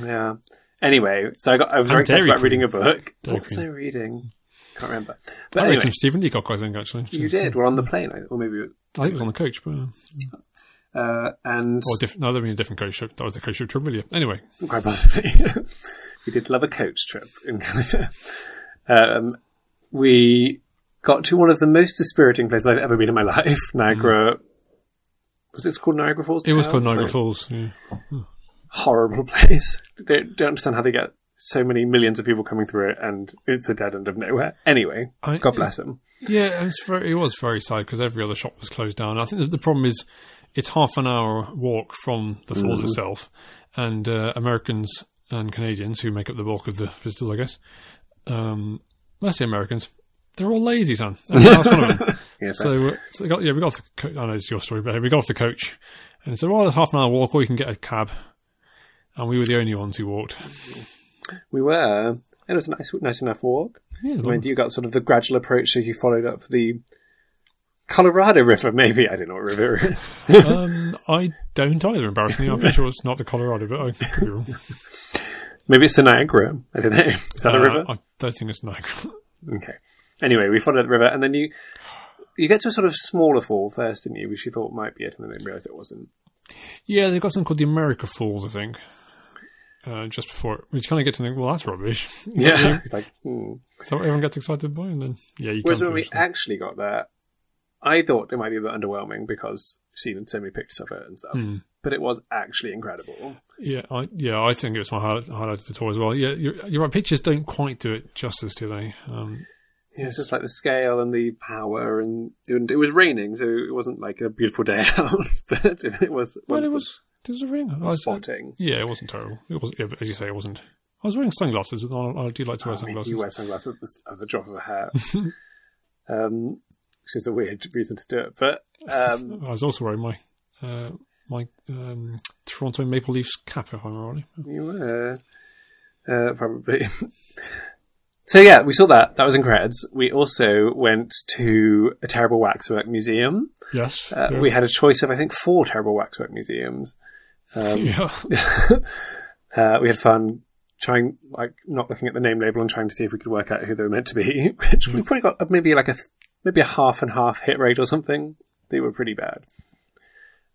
Yeah. Anyway, so I got I was very And excited Dairy about reading Queen. a book. Dairy what was I Queen. reading? Can't remember. I But read anyway, some Stephen Leacock, I think, actually. you did. We're on the plane, I- or maybe. I think it was on the coach, but Uh, and Uh, or different. No, that was a different coach. That was the coach of Trevilla. Anyway, quite possibly. we did love a coach trip in Canada. Um, we got to one of the most dispiriting places I've ever been in my life, Niagara. Was it called Niagara Falls? It was now? called Sorry. Niagara Falls. Yeah. horrible place. They don't understand how they get so many millions of people coming through it, and it's a dead end of nowhere. Anyway, I- God bless them. Yeah, it was very, it was very sad because every other shop was closed down. I think the, the problem is it's half an hour walk from the Mm-hmm. falls itself, and uh, Americans and Canadians who make up the bulk of the visitors, I guess. Um, let's say Americans, they're all lazy, son. Every last one of them. Yes, So, uh, so they got, yeah, we got off the coach. I know it's your story, but we got off the coach and said, "Well, it's half an hour walk, or you can get a cab." And we were the only ones who walked. we were. It was a nice, nice enough walk. Yeah, I mean, you got sort of the gradual approach that you followed up the Colorado River, maybe. I don't know what river it is. um, I don't either. Embarrassingly, I'm pretty sure it's not the Colorado, but I could be wrong. Maybe it's the Niagara. I don't know. Is that a Uh, river? I don't think it's Niagara. Okay. Anyway, we followed the river, and then you you get to a sort of smaller fall first, didn't you? Which you thought might be it, and then realised it wasn't. yeah, they've got something called the America Falls, I think. Uh, just before, we kind of get to think, well, that's rubbish. Yeah. it's like, hmm. so everyone gets excited by, it, and then yeah, you Whereas come when we finish them. actually got there, I thought it might be a bit underwhelming because you've seen so many pictures of it and stuff. But it was actually incredible. Yeah, I, yeah, I think it was my highlight, highlight of the tour as well. Yeah, you're, you're right. Pictures don't quite do it justice, do they? Um, Yeah, it's just like the scale and the power, and, and it was raining, so it wasn't like a beautiful day out, but it was. well, it was. It was a ring. I was- spotting. yeah, it wasn't terrible. It was, yeah, but as you say, it wasn't. I was wearing sunglasses. But I, I do like to wear I mean, sunglasses. Um, you wear sunglasses at the- at the drop of a hat, um, which is a weird reason to do it, but um, I was also wearing my uh, my um, Toronto Maple Leafs cap, if I'm right. you were uh, probably. so yeah, we saw that. That was in creds. We also went to a terrible waxwork museum. Yes, Uh, yeah. We had a choice of I think four terrible waxwork museums. yeah. Uh, we had fun trying, like, not looking at the name label and trying to see if we could work out who they were meant to be. Hmm. Which we probably got uh, maybe like a th- maybe a half and half hit rate or something. They were pretty bad.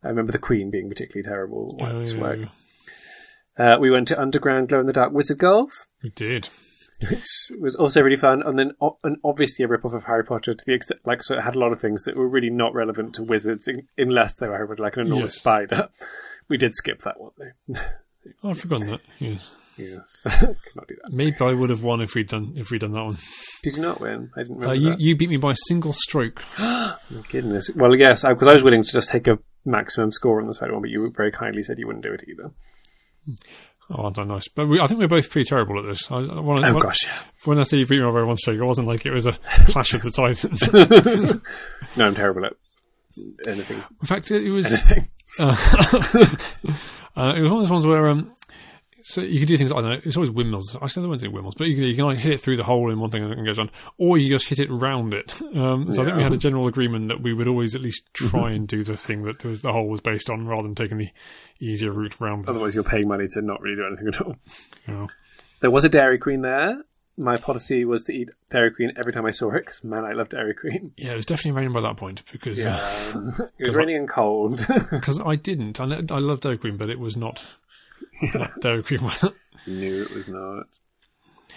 I remember the Queen being particularly terrible. Oh, Wax yeah, work. yeah. Uh, we went to Underground Glow in the Dark Wizard Golf, We did. which was also really fun, and then o- and obviously a ripoff of Harry Potter to the extent like so it had a lot of things that were really not relevant to wizards in- unless they were Harry Potter, like an enormous Yes. spider. We did skip that one though. Oh, I'd forgotten that. Yes, yes, cannot do that. maybe I would have won if we'd done if we'd done that one. Did you not win? I didn't Uh, remember. you that. you beat me by a single stroke. Goodness. Well, yes, because I was willing to just take a maximum score on the side one, but you very kindly said you wouldn't do it either. Oh, I don't know. But we, I think we're both pretty terrible at this. I, I, when, Oh when- gosh, yeah. when I say you beat me by one stroke, it wasn't like it was a clash of the titans. no, I'm terrible at anything. In fact, it, it was Anything. Uh, it was one of those ones where um, so you could do things. I don't know. It's always windmills. I still don't want to do windmills, but you can, you can like hit it through the hole in one thing and it goes on, or you just hit it round it. Um, so I think we Yeah. Mm-hmm. had a general agreement that we would always at least try and do the thing that the, the hole was based on, rather than taking the easier route round. the Otherwise, you're paying money to not really do anything at all. you know. There was a Dairy Queen there. My policy was to eat Dairy Queen every time I saw it because man, I love Dairy Queen. Yeah, it was definitely raining by that point because It was raining and cold. because I didn't. I, know- I love Dairy Queen, but it was not, not Dairy Queen. no, it was not.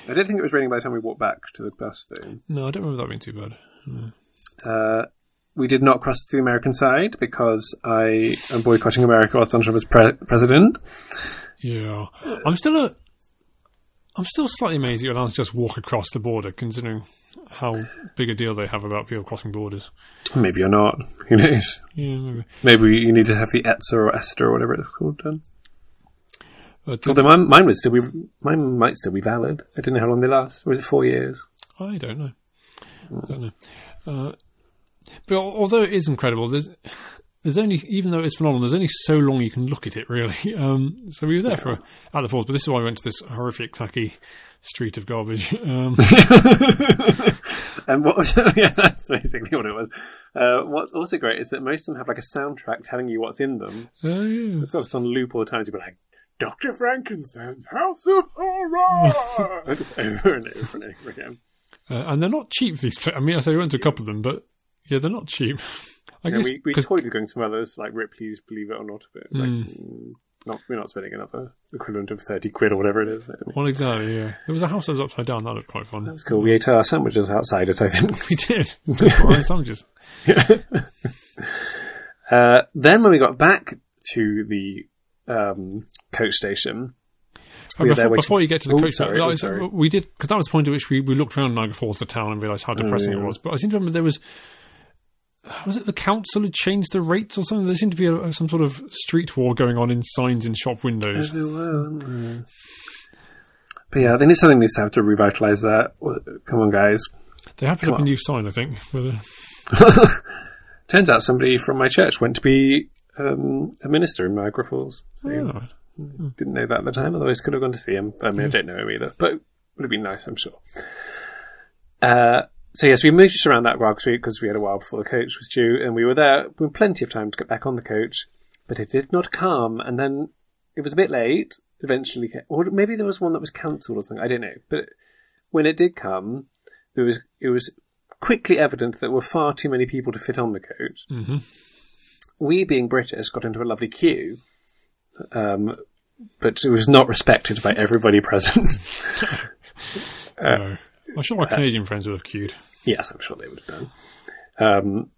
I don't think it was raining by the time we walked back to the bus though. no, I don't remember that being too bad. Uh, we did not cross to the American side because I am boycotting America whilst Donald Trump is pre- president. Yeah, I'm still a, I'm still slightly amazed that you allowed to just walk across the border, considering how big a deal they have about people crossing borders. Maybe you're not. Who knows? Yeah, maybe. Maybe you need to have the ETSA or ESTA or whatever it's called done. But, uh, Although mine, mine would still be, mine might still be valid. I don't know how long they last. Was it four years? I don't know. I don't know. Uh, but al- although it is incredible, there's there's only even though it's phenomenal, there's only so long you can look at it really. Um, so we were there for at the falls, but this is why we went to this horrific, tacky street of garbage. Um, And what? Was, yeah, that's basically what it was. Uh, what's also great is that most of them have like a soundtrack telling you what's in them. oh, yeah. It's sort of some loop all the time. You'd be like, "Doctor Frankenstein's House of Horror," Just over and over and over again. Uh, and they're not cheap. These, pla- I mean, I say we went to a couple of them, but yeah, they're not cheap. I Yeah, guess we we 'cause- toyed with going to some others like Ripley's Believe It or Not a bit. Like, mm. Not, we're not spending another equivalent of 30 quid or whatever it is. Well, exactly. Yeah, there was a house that was upside down. That looked quite fun. That's cool. We ate our sandwiches outside it, I think. We did. Right, some just Uh, then when we got back to the um, coach station, We were there before, waiting- before you get to the Oh, coach, sorry, that oh, was- sorry. we did because that was the point at which we, we looked around Niagara Falls, the town, and realised how depressing Oh, yeah. it was. But I seem to remember there was was it the council had changed the rates or something? There seemed to be a, some sort of street war going on in signs in shop windows. But yeah, they need something needs to have to revitalise that. Well, Come on, guys. they had put up a Uh, on. new sign, I think. With a, Turns out somebody from my church went to be um, a minister in Niagara Falls. So Oh. Didn't know that at the time, otherwise could have gone to see him. I mean, I don't know him either, but would have been nice, I'm sure. Uh, so yes, we moved around that rug street because we had a while before the coach was due, and we were there with plenty of time to get back on the coach, but it did not come. And then it was a bit late. Eventually, ca- or maybe there was one that was cancelled or something. I don't know. But when it did come, there was it was quickly evident that there were far too many people to fit on the coach. Mhm. We, being British, got into a lovely queue. Um, but it was not respected by everybody present. no. I'm sure uh, our Canadian friends would have queued. Yes, I'm sure they would have done. Um,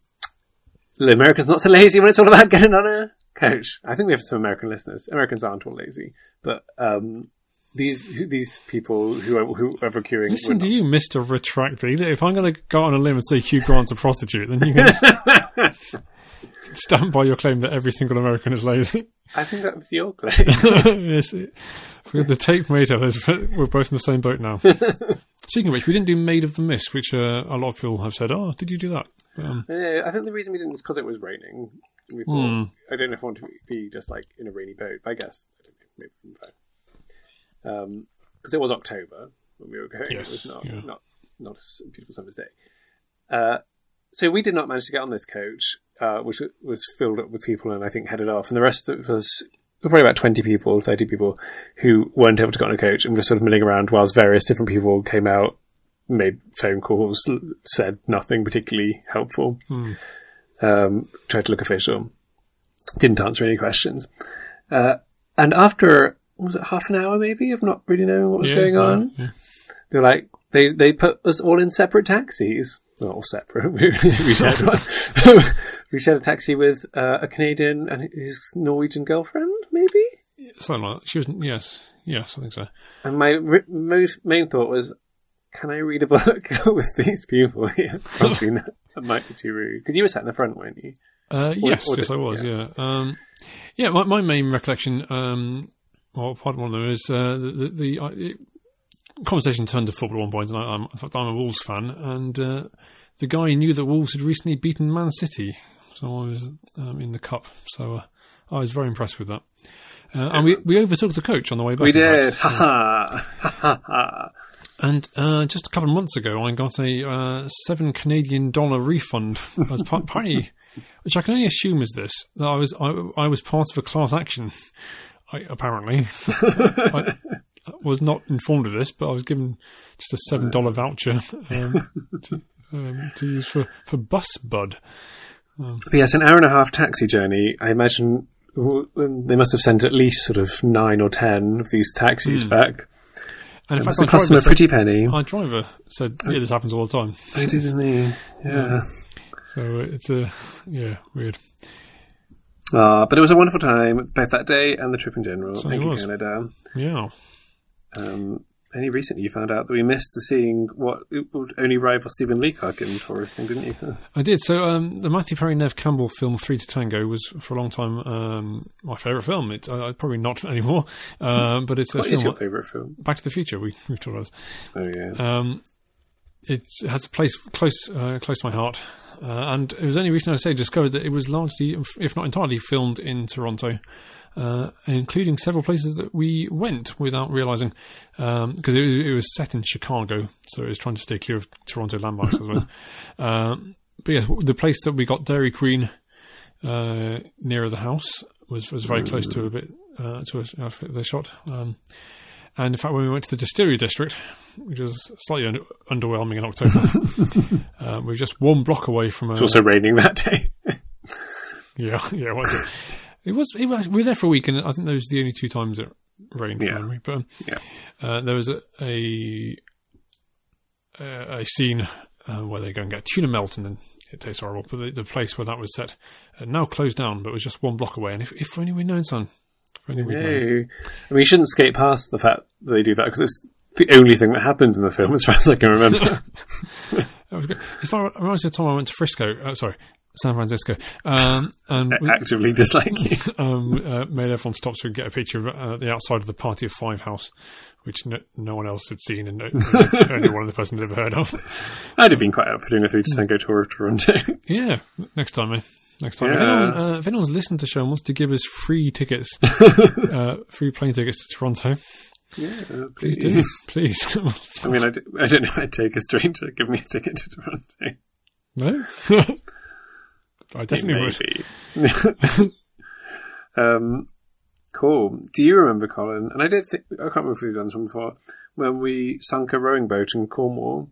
the Americans not so lazy when it's all about getting on a coach. I think we have some American listeners. Americans aren't all lazy, but um, these these people who are, who are queuing. Listen were to you, Mister Retractor. If I'm going to go out on a limb and say Hugh Grant's a prostitute, then you can stand by your claim that every single American is lazy. not- I think that was your claim. yes, it- we had the tape made of us, but we're both in the same boat now. Speaking of which, we didn't do Maid of the Mist, which uh, a lot of people have said, oh, did you do that? Um, Uh, I think the reason we didn't was because it was raining. We thought, Hmm. I don't know if I want to be just like in a rainy boat. But I guess I don't know, maybe we can try. Um 'cause because it was October when we were going. Yes, it was not yeah. not not a s- beautiful summer's day. Uh, so we did not manage to get on this coach, uh, which was filled up with people, and I think headed off. And the rest of us, probably about twenty people, thirty people, who weren't able to get on a coach and were sort of milling around, whilst various different people came out made phone calls, l- said nothing particularly helpful, Hmm. um, tried to look official, didn't answer any questions. Uh, and after, was it half an hour maybe, of not really knowing what was yeah, going yeah, on, yeah. they're like, they, they put us all in separate taxis. Not all separate. We, we shared one. we shared a taxi with uh, a Canadian and his Norwegian girlfriend, maybe? Something like that. She was, yes, yes, I think so. And my ri- most main thought was, can I read a book with these people here? Probably not. That might be too rude. Because you were sat in the front, weren't you? Uh, yes, was yes, it? I was, yeah. Yeah, um, yeah my, my main recollection, um, or part of one of them, is uh, the, the, the I, it, conversation turned to football at one point, and I, I'm, in fact, I'm a Wolves fan, and uh, the guy knew that Wolves had recently beaten Man City, so I was um, in the cup, so uh, I was very impressed with that. Uh, and we, we overtook the coach on the way back. We in fact. did. Ha ha. Ha ha ha. And uh, just a couple of months ago, I got a uh, seven Canadian dollar refund as part, apparently, which I can only assume is this that I was I, I was part of a class action. I, apparently, I was not informed of this, but I was given just a seven dollar voucher um, to, um, to use for for bus bud. But yes, an hour and a half taxi journey. I imagine w- they must have sent at least sort of nine or ten of these taxis back. And in It fact, must have our cost them driver, a pretty said, penny. our driver said, "Yeah, this happens all the time." It is, isn't it? Yeah. So it's a yeah weird. Ah, but it was a wonderful time, both that day and the trip in general. Thank you, was. Canada. Yeah. Um, only recently you found out that we missed the seeing what it would only rival Stephen Leacock in Taurus thing, didn't you? I did. So um, the Matthew Perry Nev Campbell film Three to Tango was for a long time um, my favourite film. It's uh, probably not anymore, um, but it's a What film. is your favourite film? Back to the Future. We, we've talked about this. Oh yeah. Um, it's- it has a place close uh, close to my heart, uh, and it was only recently I say discovered that it was largely, if not entirely, filmed in Toronto, uh, including several places that we went without realizing, because it, it was set in Chicago, so it was trying to stay clear of Toronto landmarks as well. Um but yes, the place that we got Dairy Queen uh, nearer the house was was very close to a bit uh, to a, uh, they shot. Um, and in fact, when we went to the distillery district, which was slightly un- underwhelming in October, uh, we were just one block away from a It's also raining that day. yeah yeah. What is it? It was, it was. We were there for a week, and I think those were the only two times it rained. From Yeah. memory. But um, Yeah. uh, there was a a, a a scene uh, where they go and get tuna melt, and then it tastes horrible. But the, the place where that was set uh, now closed down, but was just one block away. And if, if only we'd known, son. If only we'd No. I known. mean, you shouldn't skate past the fact that they do that because it's the only thing that happens in the film, as far as I can remember. That was good. It's like, it reminds me of the time I went to Frisco. Uh, sorry, San Francisco. Um, and we- Actively dislike you. um, uh, made everyone stop to get a picture of uh, the outside of the Party of Five house, which no, no one else had seen and no, only one other person had ever heard of. I'd have been quite up for doing a three to tango tour of Toronto. Yeah, next time, eh? Next time. If, Yeah. anyone, uh, if anyone's listened to the show and wants to give us free tickets, uh, free plane tickets to Toronto, yeah, please do. Please. I mean, I, d- I don't know if I'd take a stranger to give me a ticket to Toronto. no? I definitely would. Maybe. um, cool. Do you remember, Colin? And I don't think I can't remember if we've done some before. When we sunk a rowing boat in Cornwall.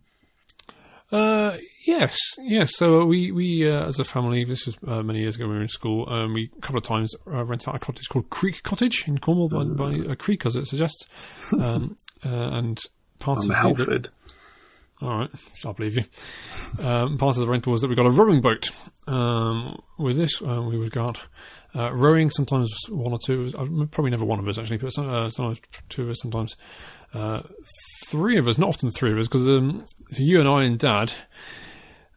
Uh, yes, yes. So uh, we we uh, as a family, this was uh, many years ago. when We were in school. Um, we a couple of times uh, rented out a cottage called Creek Cottage in Cornwall by, by a creek, as it suggests. Um, uh, and part On of the Halford. all right, I believe you. Um, part of the rental was that we got a rowing boat. Um, with this, uh, we would go out uh, rowing. Sometimes one or two, of us- uh, probably never one of us actually, but some, uh, sometimes two of us, sometimes uh, three of us. Not often three of us because um, so you and I and Dad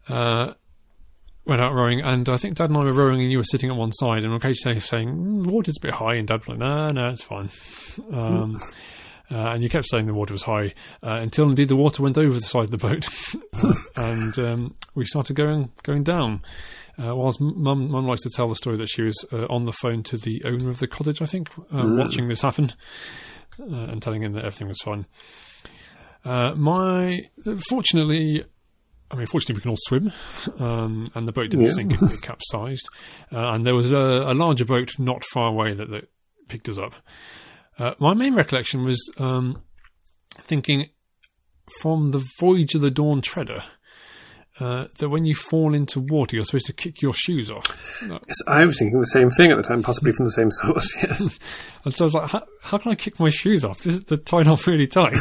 uh, went out rowing, and I think Dad and I were rowing, and you were sitting at one side, and occasionally saying mm, the water's a bit high, and Dad was like, "No, no, it's fine." Um, uh, and you kept saying the water was high uh, until indeed the water went over the side of the boat, and um, we started going going down. Uh, whilst m- mum mum likes to tell the story that she was uh, on the phone to the owner of the cottage, I think, uh, watching this happen uh, and telling him that everything was fine. Uh, my fortunately. I mean, fortunately, we can all swim, um, and the boat didn't Yeah. sink; it, it capsized. Uh, and there was a, a larger boat not far away that, that picked us up. Uh, my main recollection was um, thinking from the Voyage of the Dawn Treader uh, that when you fall into water, you're supposed to kick your shoes off. Yes, I was thinking the same thing at the time, possibly from the same source. Yes. And so I was like, how, how can I kick my shoes off? This is, they're tied off really tight.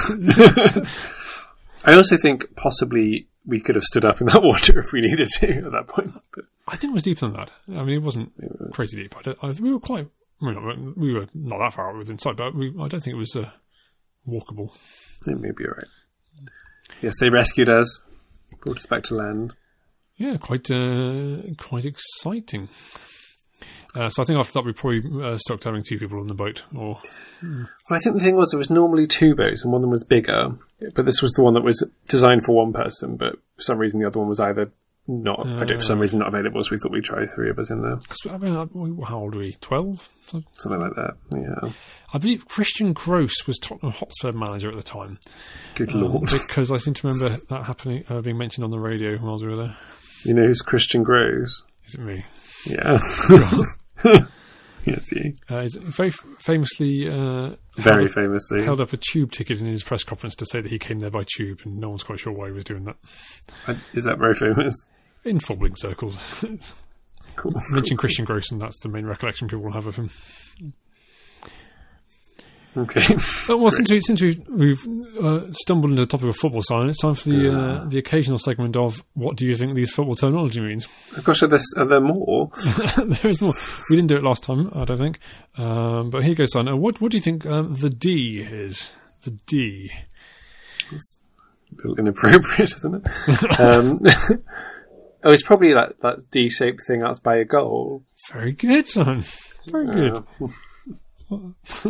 I also think possibly we could have stood up in that water if we needed to at that point. But I think it was deeper than that. I mean, it wasn't crazy deep. I don't, I, we were quite, I mean, we were not that far within sight, but we, I don't think it was uh, walkable. it may be all right. Yes, they rescued us, brought us back to land. Yeah, quite uh, quite exciting. Uh, so I think after that we probably uh, stopped having two people on the boat. Or Well, I think the thing was there was normally two boats, and one of them was bigger, but this was the one that was designed for one person. But for some reason, the other one was either not, I don't, for some reason, not available. So we thought we'd try three of us in there, cause, I mean, I- we- how old were we? Twelve? So- something like that. Yeah, I believe Christian Gross was Tottenham Hotspur manager at the time good Um, lord. because I seem to remember that happening uh, being mentioned on the radio while we were there. You know who's Christian Groves? Is it me? Yeah, yes, you. Uh, is it very f- famously uh, Very famously. held up a tube ticket in his press conference to say that he came there by tube, and no one's quite sure why he was doing that I- Is that very famous? in footballing circles. Cool. mentioned Christian Gross, and that's the main recollection people will have of him. Okay. But, well, since, we, since we've, we've uh, stumbled into the topic of football, Simon, it's time for the uh, the occasional segment of what do you think these football terminology means? Gosh, are there, are there more? there is more. We didn't do it last time, I don't think. Um, but here goes, Simon. Uh, what what do you think um, the D is? The D. A little inappropriate, isn't it? Um, oh, it's probably that, that D-shaped thing that's by a goal. Very good, son. Very Uh, good.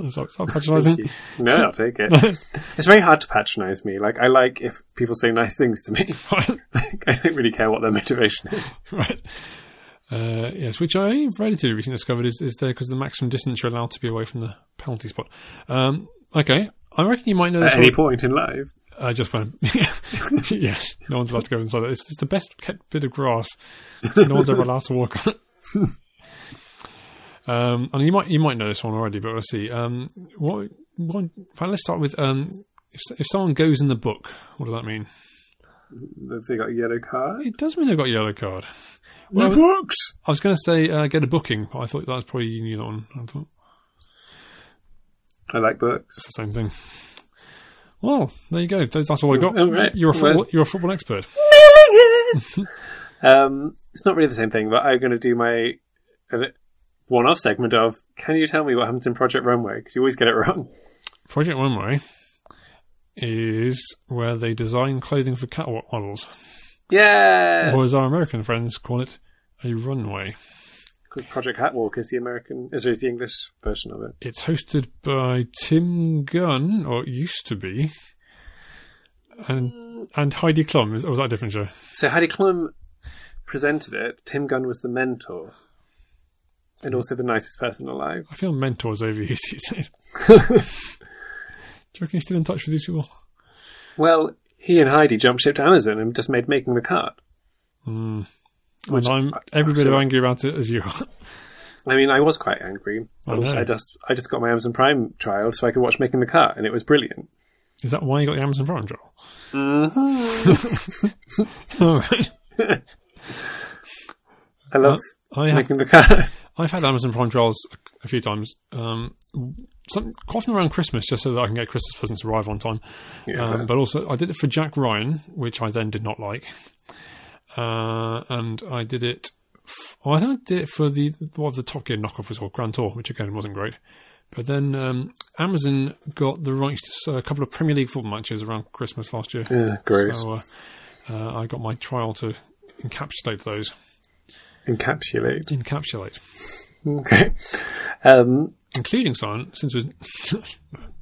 Stop, stop patronising. No, I'll take it. it's very hard to patronise me. Like, I like if people say nice things to me. Like, I don't really care what their motivation is. right. Uh, yes, which I only relatively recently discovered is, is there because the maximum distance you're allowed to be away from the penalty spot. Um, okay, I reckon you might know this. At any one. point in life. I Uh, just went, yes, no one's allowed to go inside it. It's, it's the best kept bit of grass. No one's ever allowed to walk on it. Um, and you might you might know this one already, but we'll see. Um, what? what well, let's start with um, if if someone goes in the book, what does that mean? Have they got a yellow card? It does mean they've got a yellow card. No books! I was going to say uh, get a booking, but I thought that was probably you knew that one. I thought I like books. it's the same thing. Well, there you go. That's that's all I got. All right. You're a football, Well- you're a football expert. Um, it's not really the same thing, but I'm going to do my uh, one-off segment of "Can you tell me what happens in Project Runway?" Because you always get it wrong. Project Runway is where they design clothing for catwalk models, Yeah, or as our American friends call it, a runway. because Project Catwalk is the American, uh, is the English version of it. It's hosted by Tim Gunn, or it used to be, and and Heidi Klum. Is, or was that a different show? So Heidi Klum presented it. Tim Gunn was the mentor, and also the nicest person alive. I feel mentors overused these days. Do you reckon he's still in touch with these people? Well, he and Heidi jumped ship to Amazon and just made making the cut. And I'm every bit as angry about it as you are. I mean, I was quite angry. I I, also, know. I just I just got my Amazon Prime trial so I could watch Making the Cut, and it was brilliant. Is that why you got the Amazon Prime job? All right. I love I have Making the Cut. I've had Amazon Prime trials a, a few times. Um, some, quite often around Christmas, just so that I can get Christmas presents to arrive on time. Yeah, um, but- but also, I did it for Jack Ryan, which I then did not like. Uh, and I did it. f- Oh, I think I did it for the what the Top Gear knockoff was called Grand Tour, which again wasn't great. But then um, Amazon got the rights to s- a couple of Premier League football matches around Christmas last year. Yeah, gross. So uh, uh, I got my trial to encapsulate those. Encapsulate. Encapsulate. Okay. Um, including someone since we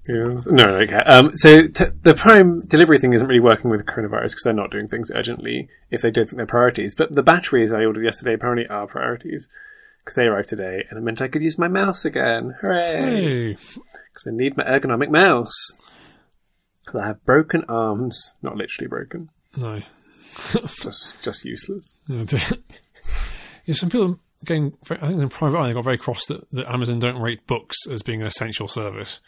yeah. No, okay. Um, so t- the Prime delivery thing isn't really working with coronavirus because they're not doing things urgently if they don't think they're priorities. But the batteries I ordered yesterday apparently are priorities because they arrived today, and it meant I could use my mouse again. Hooray! hey, Because I need my ergonomic mouse. Because I have broken arms, not literally broken. no, just just useless. No, I don't. yeah, some people getting very- I think in private eye they got very cross that, that Amazon don't rate books as being an essential service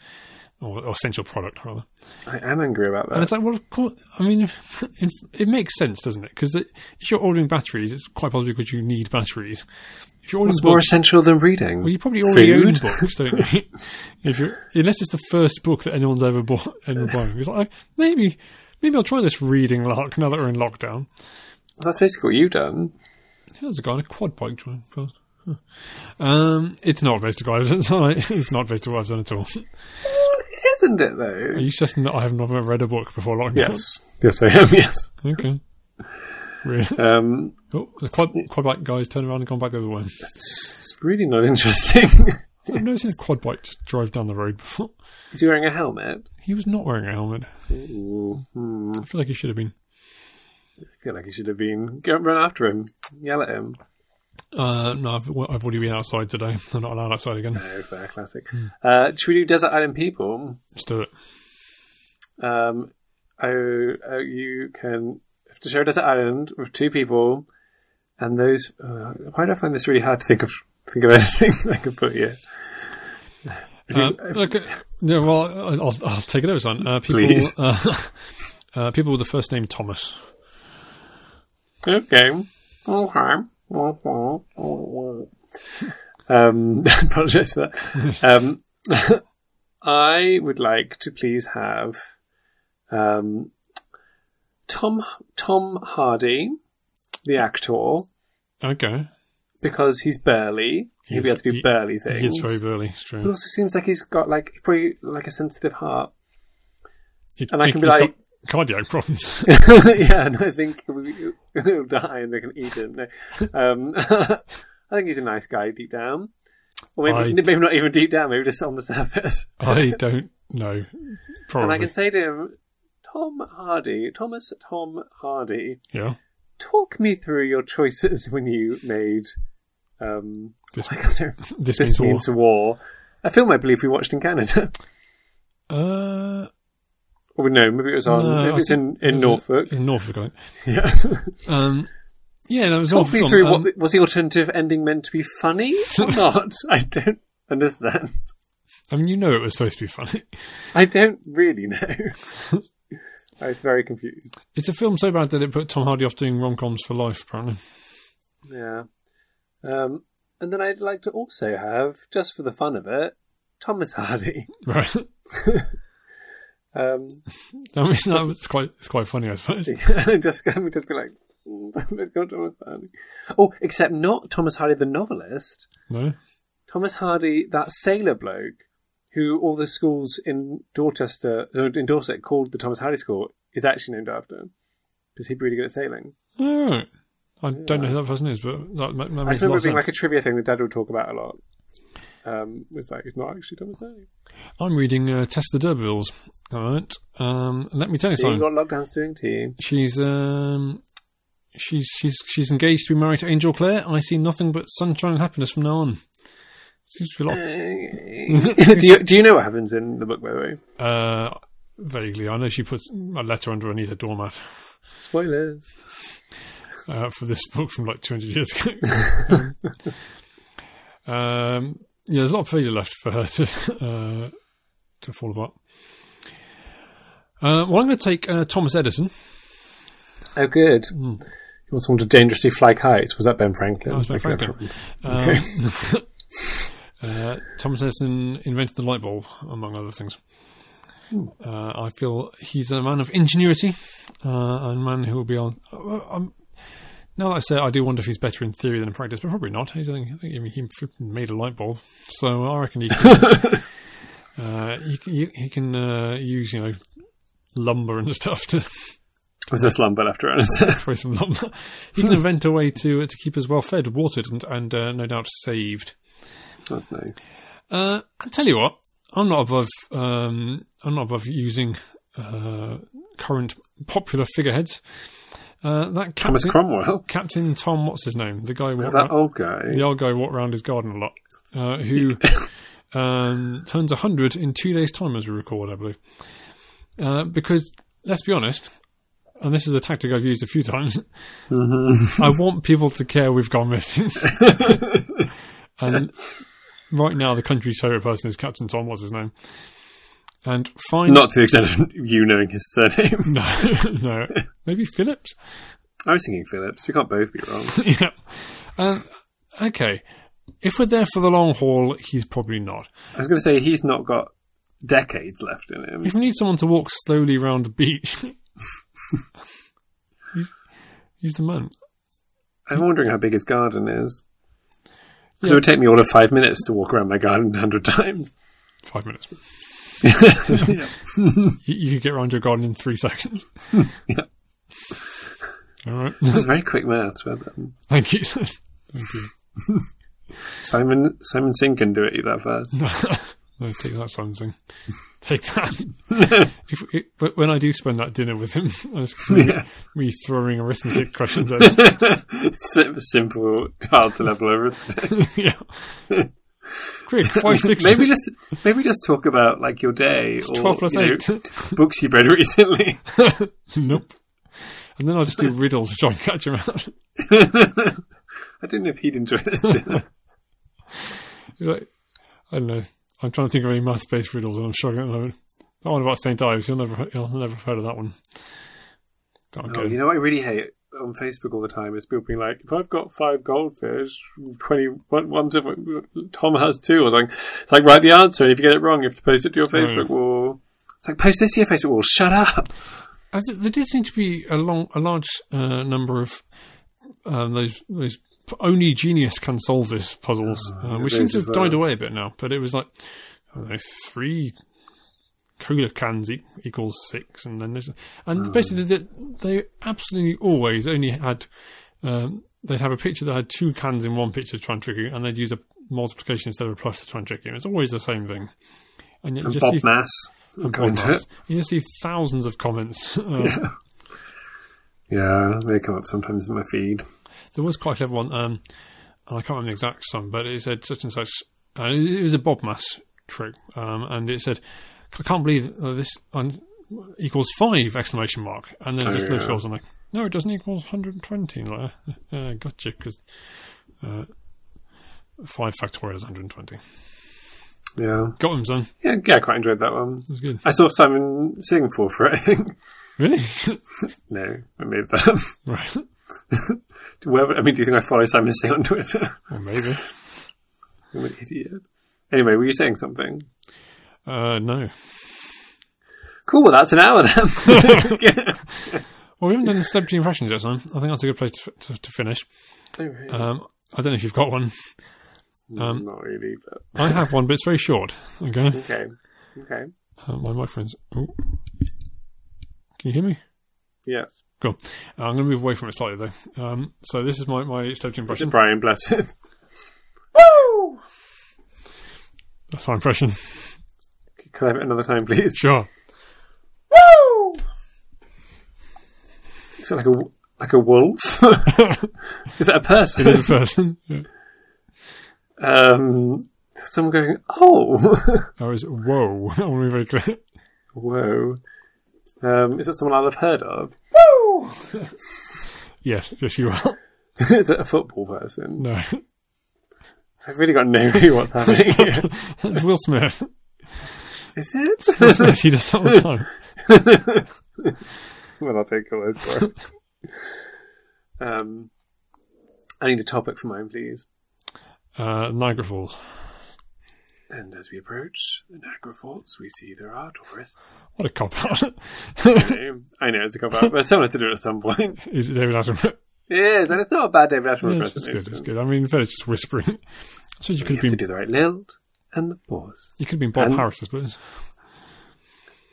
or, or essential product rather. I am angry about And that. it's like, well, of course, I mean, if, if, it makes sense, doesn't it? Because if you're ordering batteries, it's quite possible because you need batteries. If you're ordering It's more books, essential than reading. well, you probably already Food. own books, don't you? if you unless it's the first book that anyone's ever bought and buying, it's like maybe maybe I'll try this reading lark now that we're in lockdown. That's basically what you've done. There's a guy on a quad bike trying first. Huh. Um, it's not based on what I've done. It's not, it's not based on what I've done at all. Isn't it Are though? you suggesting that I have not read a book before lockdown? Yes. Yes, I am. Yes. Okay. Really? Um, Oh, the quad, quad bike guy's turned around and gone back the other way. it's really not interesting. I've never seen a quad bike just drive down the road before. Is he wearing a helmet? He was not wearing a helmet. Ooh, hmm. I feel like he should have been. I feel like he should have been. Go run after him. Yell at him. Uh, no, I've, well, I've already been outside today. I'm not allowed outside again. No, Oh, fair, classic. Uh, should we do Desert Island People? Let's do it. Um, I, uh, you can have to share a desert island with two people, and those. Uh, why do I find this really hard to think of? Think of anything I could put here. Uh, look, uh, yeah, well, I- I'll, I'll take it over, son. Uh, people, Please. uh, uh, people with the first name Thomas. Okay. Okay. Um, apologize for that. Um, I would like to please have um, Tom Tom Hardy, the actor, Okay. because because he's burly. He He'll be is- able to do he- burly things. He is very burly, it's It true. also seems like he's got like probably like a sensitive heart. You and I think can be like- he's got cardiac problems. yeah, and I think we- he'll die and they can eat him. No. Um, I think he's a nice guy deep down, or maybe, I- Oh, maybe not even deep down, maybe just on the surface. I don't know. and Probably. I can say to him, Tom Hardy, Thomas Tom Hardy, yeah. talk me through your choices when you made. Um, This, I can't remember. this, This means, means war. war. A film I believe we watched in Canada. Uh, Or no, maybe it was on. no, I Um, maybe it's in, think- in Norfolk. In Norfolk, I think. Yes. Um, yeah, that was Talk me Norfolk. through um, what was the alternative ending meant to be funny or not? I don't understand. I mean, you know it was supposed to be funny. I don't really know. I was very confused. It's a film so bad that it put Tom Hardy off doing rom coms for life, apparently. Yeah. Um, and then I'd like to also have, just for the fun of it, Thomas Hardy. Right. Um, I mean, that was quite, it's quite funny, I suppose. and just, and just be like, "Mm, let's go Thomas Hardy. Oh, except not Thomas Hardy the novelist. No? Thomas Hardy, that sailor bloke who all the schools in Dorchester, uh, in Dorset called the Thomas Hardy School, is actually named after because he'd be really good at sailing. All right. I don't know who that person is, but that, ma- I that makes just a lot remember it of being sense. like a trivia thing that Dad would talk about a lot. Um, it's like it's not actually Thomas Hardy. I'm reading uh, Tess the Durbills. All right. Um, let me tell you So you something. got lockdowns doing to you. She's um, she's she's she's engaged to be married to Angel Clare. I see nothing but sunshine and happiness from now on. Seems to be a lot. Of, do you do you know what happens in the book by the way? uh, vaguely, I know she puts a letter underneath a doormat Spoilers. uh, for this book from like 200 years ago. um, um, yeah, there's a lot of pages left for her to uh, to fall apart. Uh, well, I'm going to take uh, Thomas Edison. Oh, good. You want someone to dangerously fly kites? Was that Ben Franklin? Hmm. That was Ben Okay, Franklin. Um, uh, Thomas Edison invented the light bulb, among other things. Uh, I feel he's a man of ingenuity, uh, and a man who will be on. Uh, um, now that I say it, I do wonder if he's better in theory than in practice, but probably not. He's, I think I think he- he flipping made a light bulb, so I reckon he can, uh, he, can- he, he can uh, use you know lumber and stuff to It was a slumber left around. throw some lumber. He can invent a way to to keep us well fed, watered, and and uh, no doubt saved. That's nice. Uh, I tell you what, I'm not above. Um, I'm not above using uh, current popular figureheads. Uh, that Thomas captain, Cromwell. captain Tom, what's his name? The guy who walked That round, old guy. the old guy who walked around his garden a lot. Uh, who um, turns hundred in two days' time, as we record, I believe. Uh, because let's be honest, and this is a tactic I've used a few times. I want people to care we've gone missing. and right now, the country's favourite person is Captain Tom. What's his name? And find Not to the extent of you knowing his surname. no, no, maybe Phillips. I was thinking Phillips. We can't both be wrong. yeah. Um, okay. If we're there for the long haul, he's probably not. I was going to say he's not got decades left in him. If we need someone to walk slowly round the beach, he's, he's the man. I'm wondering how big his garden is. Because it would take me all of five minutes to walk around my garden a hundred times. Five minutes. you, you could get round your garden in three seconds. All right. That was very quick maths. um, well done. Thank you. Thank you. Simon Simon Singh can do it that fast. no, take that, something. Take that. if, if, but when I do spend that dinner with him, that's Yeah. me throwing arithmetic questions at him. Sim- Simple child to level over. yeah. Quick, five, six, Maybe just maybe just talk about like your day or 12 plus you know, 8. books you've read recently. nope. And then I'll just do riddles to try and catch him out. I don't know if he'd enjoy this dinner. Like, I don't know. I'm trying to think of any math-based riddles, and I'm struggling at the moment. That one about St. Ives, you'll never, you'll never have heard of that one. But I'm Oh, good. you know what I really hate on Facebook all the time is people being like, if I've got five goldfish, 20, one, one's if Tom has two or something. It's like, write the answer, and if you get it wrong, you have to post it to your Facebook wall. It's like, post this to your Facebook wall, shut up. As th- there did seem to be a long, a large uh, number of um, those those p- only genius can solve this puzzles, um, which those seems to as have died well. away a bit now. But it was like I don't know, three cola cans e- equals six, and then this, and Ah. basically they, they absolutely always only had um, they'd have a picture that had two cans in one picture to try and trick you, and they'd use a multiplication instead of a plus to try and trick you. It's always the same thing. And yet you just Bob see Mass. I'm Bob going to Ross. it. you just see thousands of comments. um, Yeah, they come up sometimes in my feed. There was quite a clever one, um, and I can't remember the exact sum, but it said such and such. And it, it was a Bob Mass trick, um, and it said, "I can't believe uh, this un- equals five!" Exclamation mark, and then it Oh, just lists yeah. bills. I'm like, "No, it doesn't equal 120." Like, uh, gotcha, because uh, five factorial is 120. Yeah. Got him, son. yeah. Yeah, I quite enjoyed that one. It was good. I saw Simon Singh fall for it, I think. Really? No, I made that up. right. Where, I mean, do you think I follow Simon Singh on Twitter? Or maybe. I'm an idiot. Anyway, were you saying something? Uh, no. Cool, well, that's an hour then. Well, we haven't done celebrity impressions yet, Simon. I think that's a good place to, f- to, to finish. Anyway, Um, I don't know if you've got one. um, not really, but I have one, but it's very short. Okay. okay. Okay. Uh, my microphone's. Oh. Can you hear me? Yes. Cool. Uh, I'm going to move away from it slightly, though. Um, so this is my, my celebrity Is impression. it Brian Blessed? Woo! That's my impression. Can I have it another time, please? Sure. Woo! Is it like a like a wolf? is that a person? There's a person. Yeah. Um, someone going, oh, I was whoa. I want to be very clear. whoa. Um, is that someone I'll have heard of? Yes, yes, you are. is it a football person? No, I've really got no clue what's happening here. that's Will Smith. is it? Smith, he does that all the time. well, I'll take your word for it. Um, I need a topic for mine, please. Uh, Niagara Falls. And as we approach the Niagara Falls, we see there are tourists. What a cop out. I know, I know it's a cop out, but someone had to do it at some point. Is it David Attenborough? Yes, and it's not a bad David Attenborough Yeah, it's, it's good. impersonation. It's good. I mean, in fact, it's just whispering. So you You could have have to been, do the right lilt and the pause. you could have been Bob and- Harris, I suppose.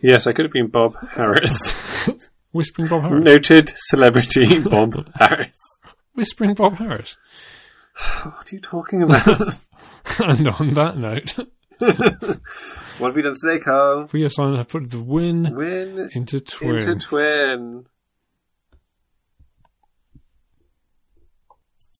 Yes, I could have been Bob Harris. Whispering Bob Harris. Noted celebrity Bob Harris. Whispering Bob Harris. What are you talking about? and on that note, what have we done today, Carl? we are signing. have put the win Win into twin. into twin.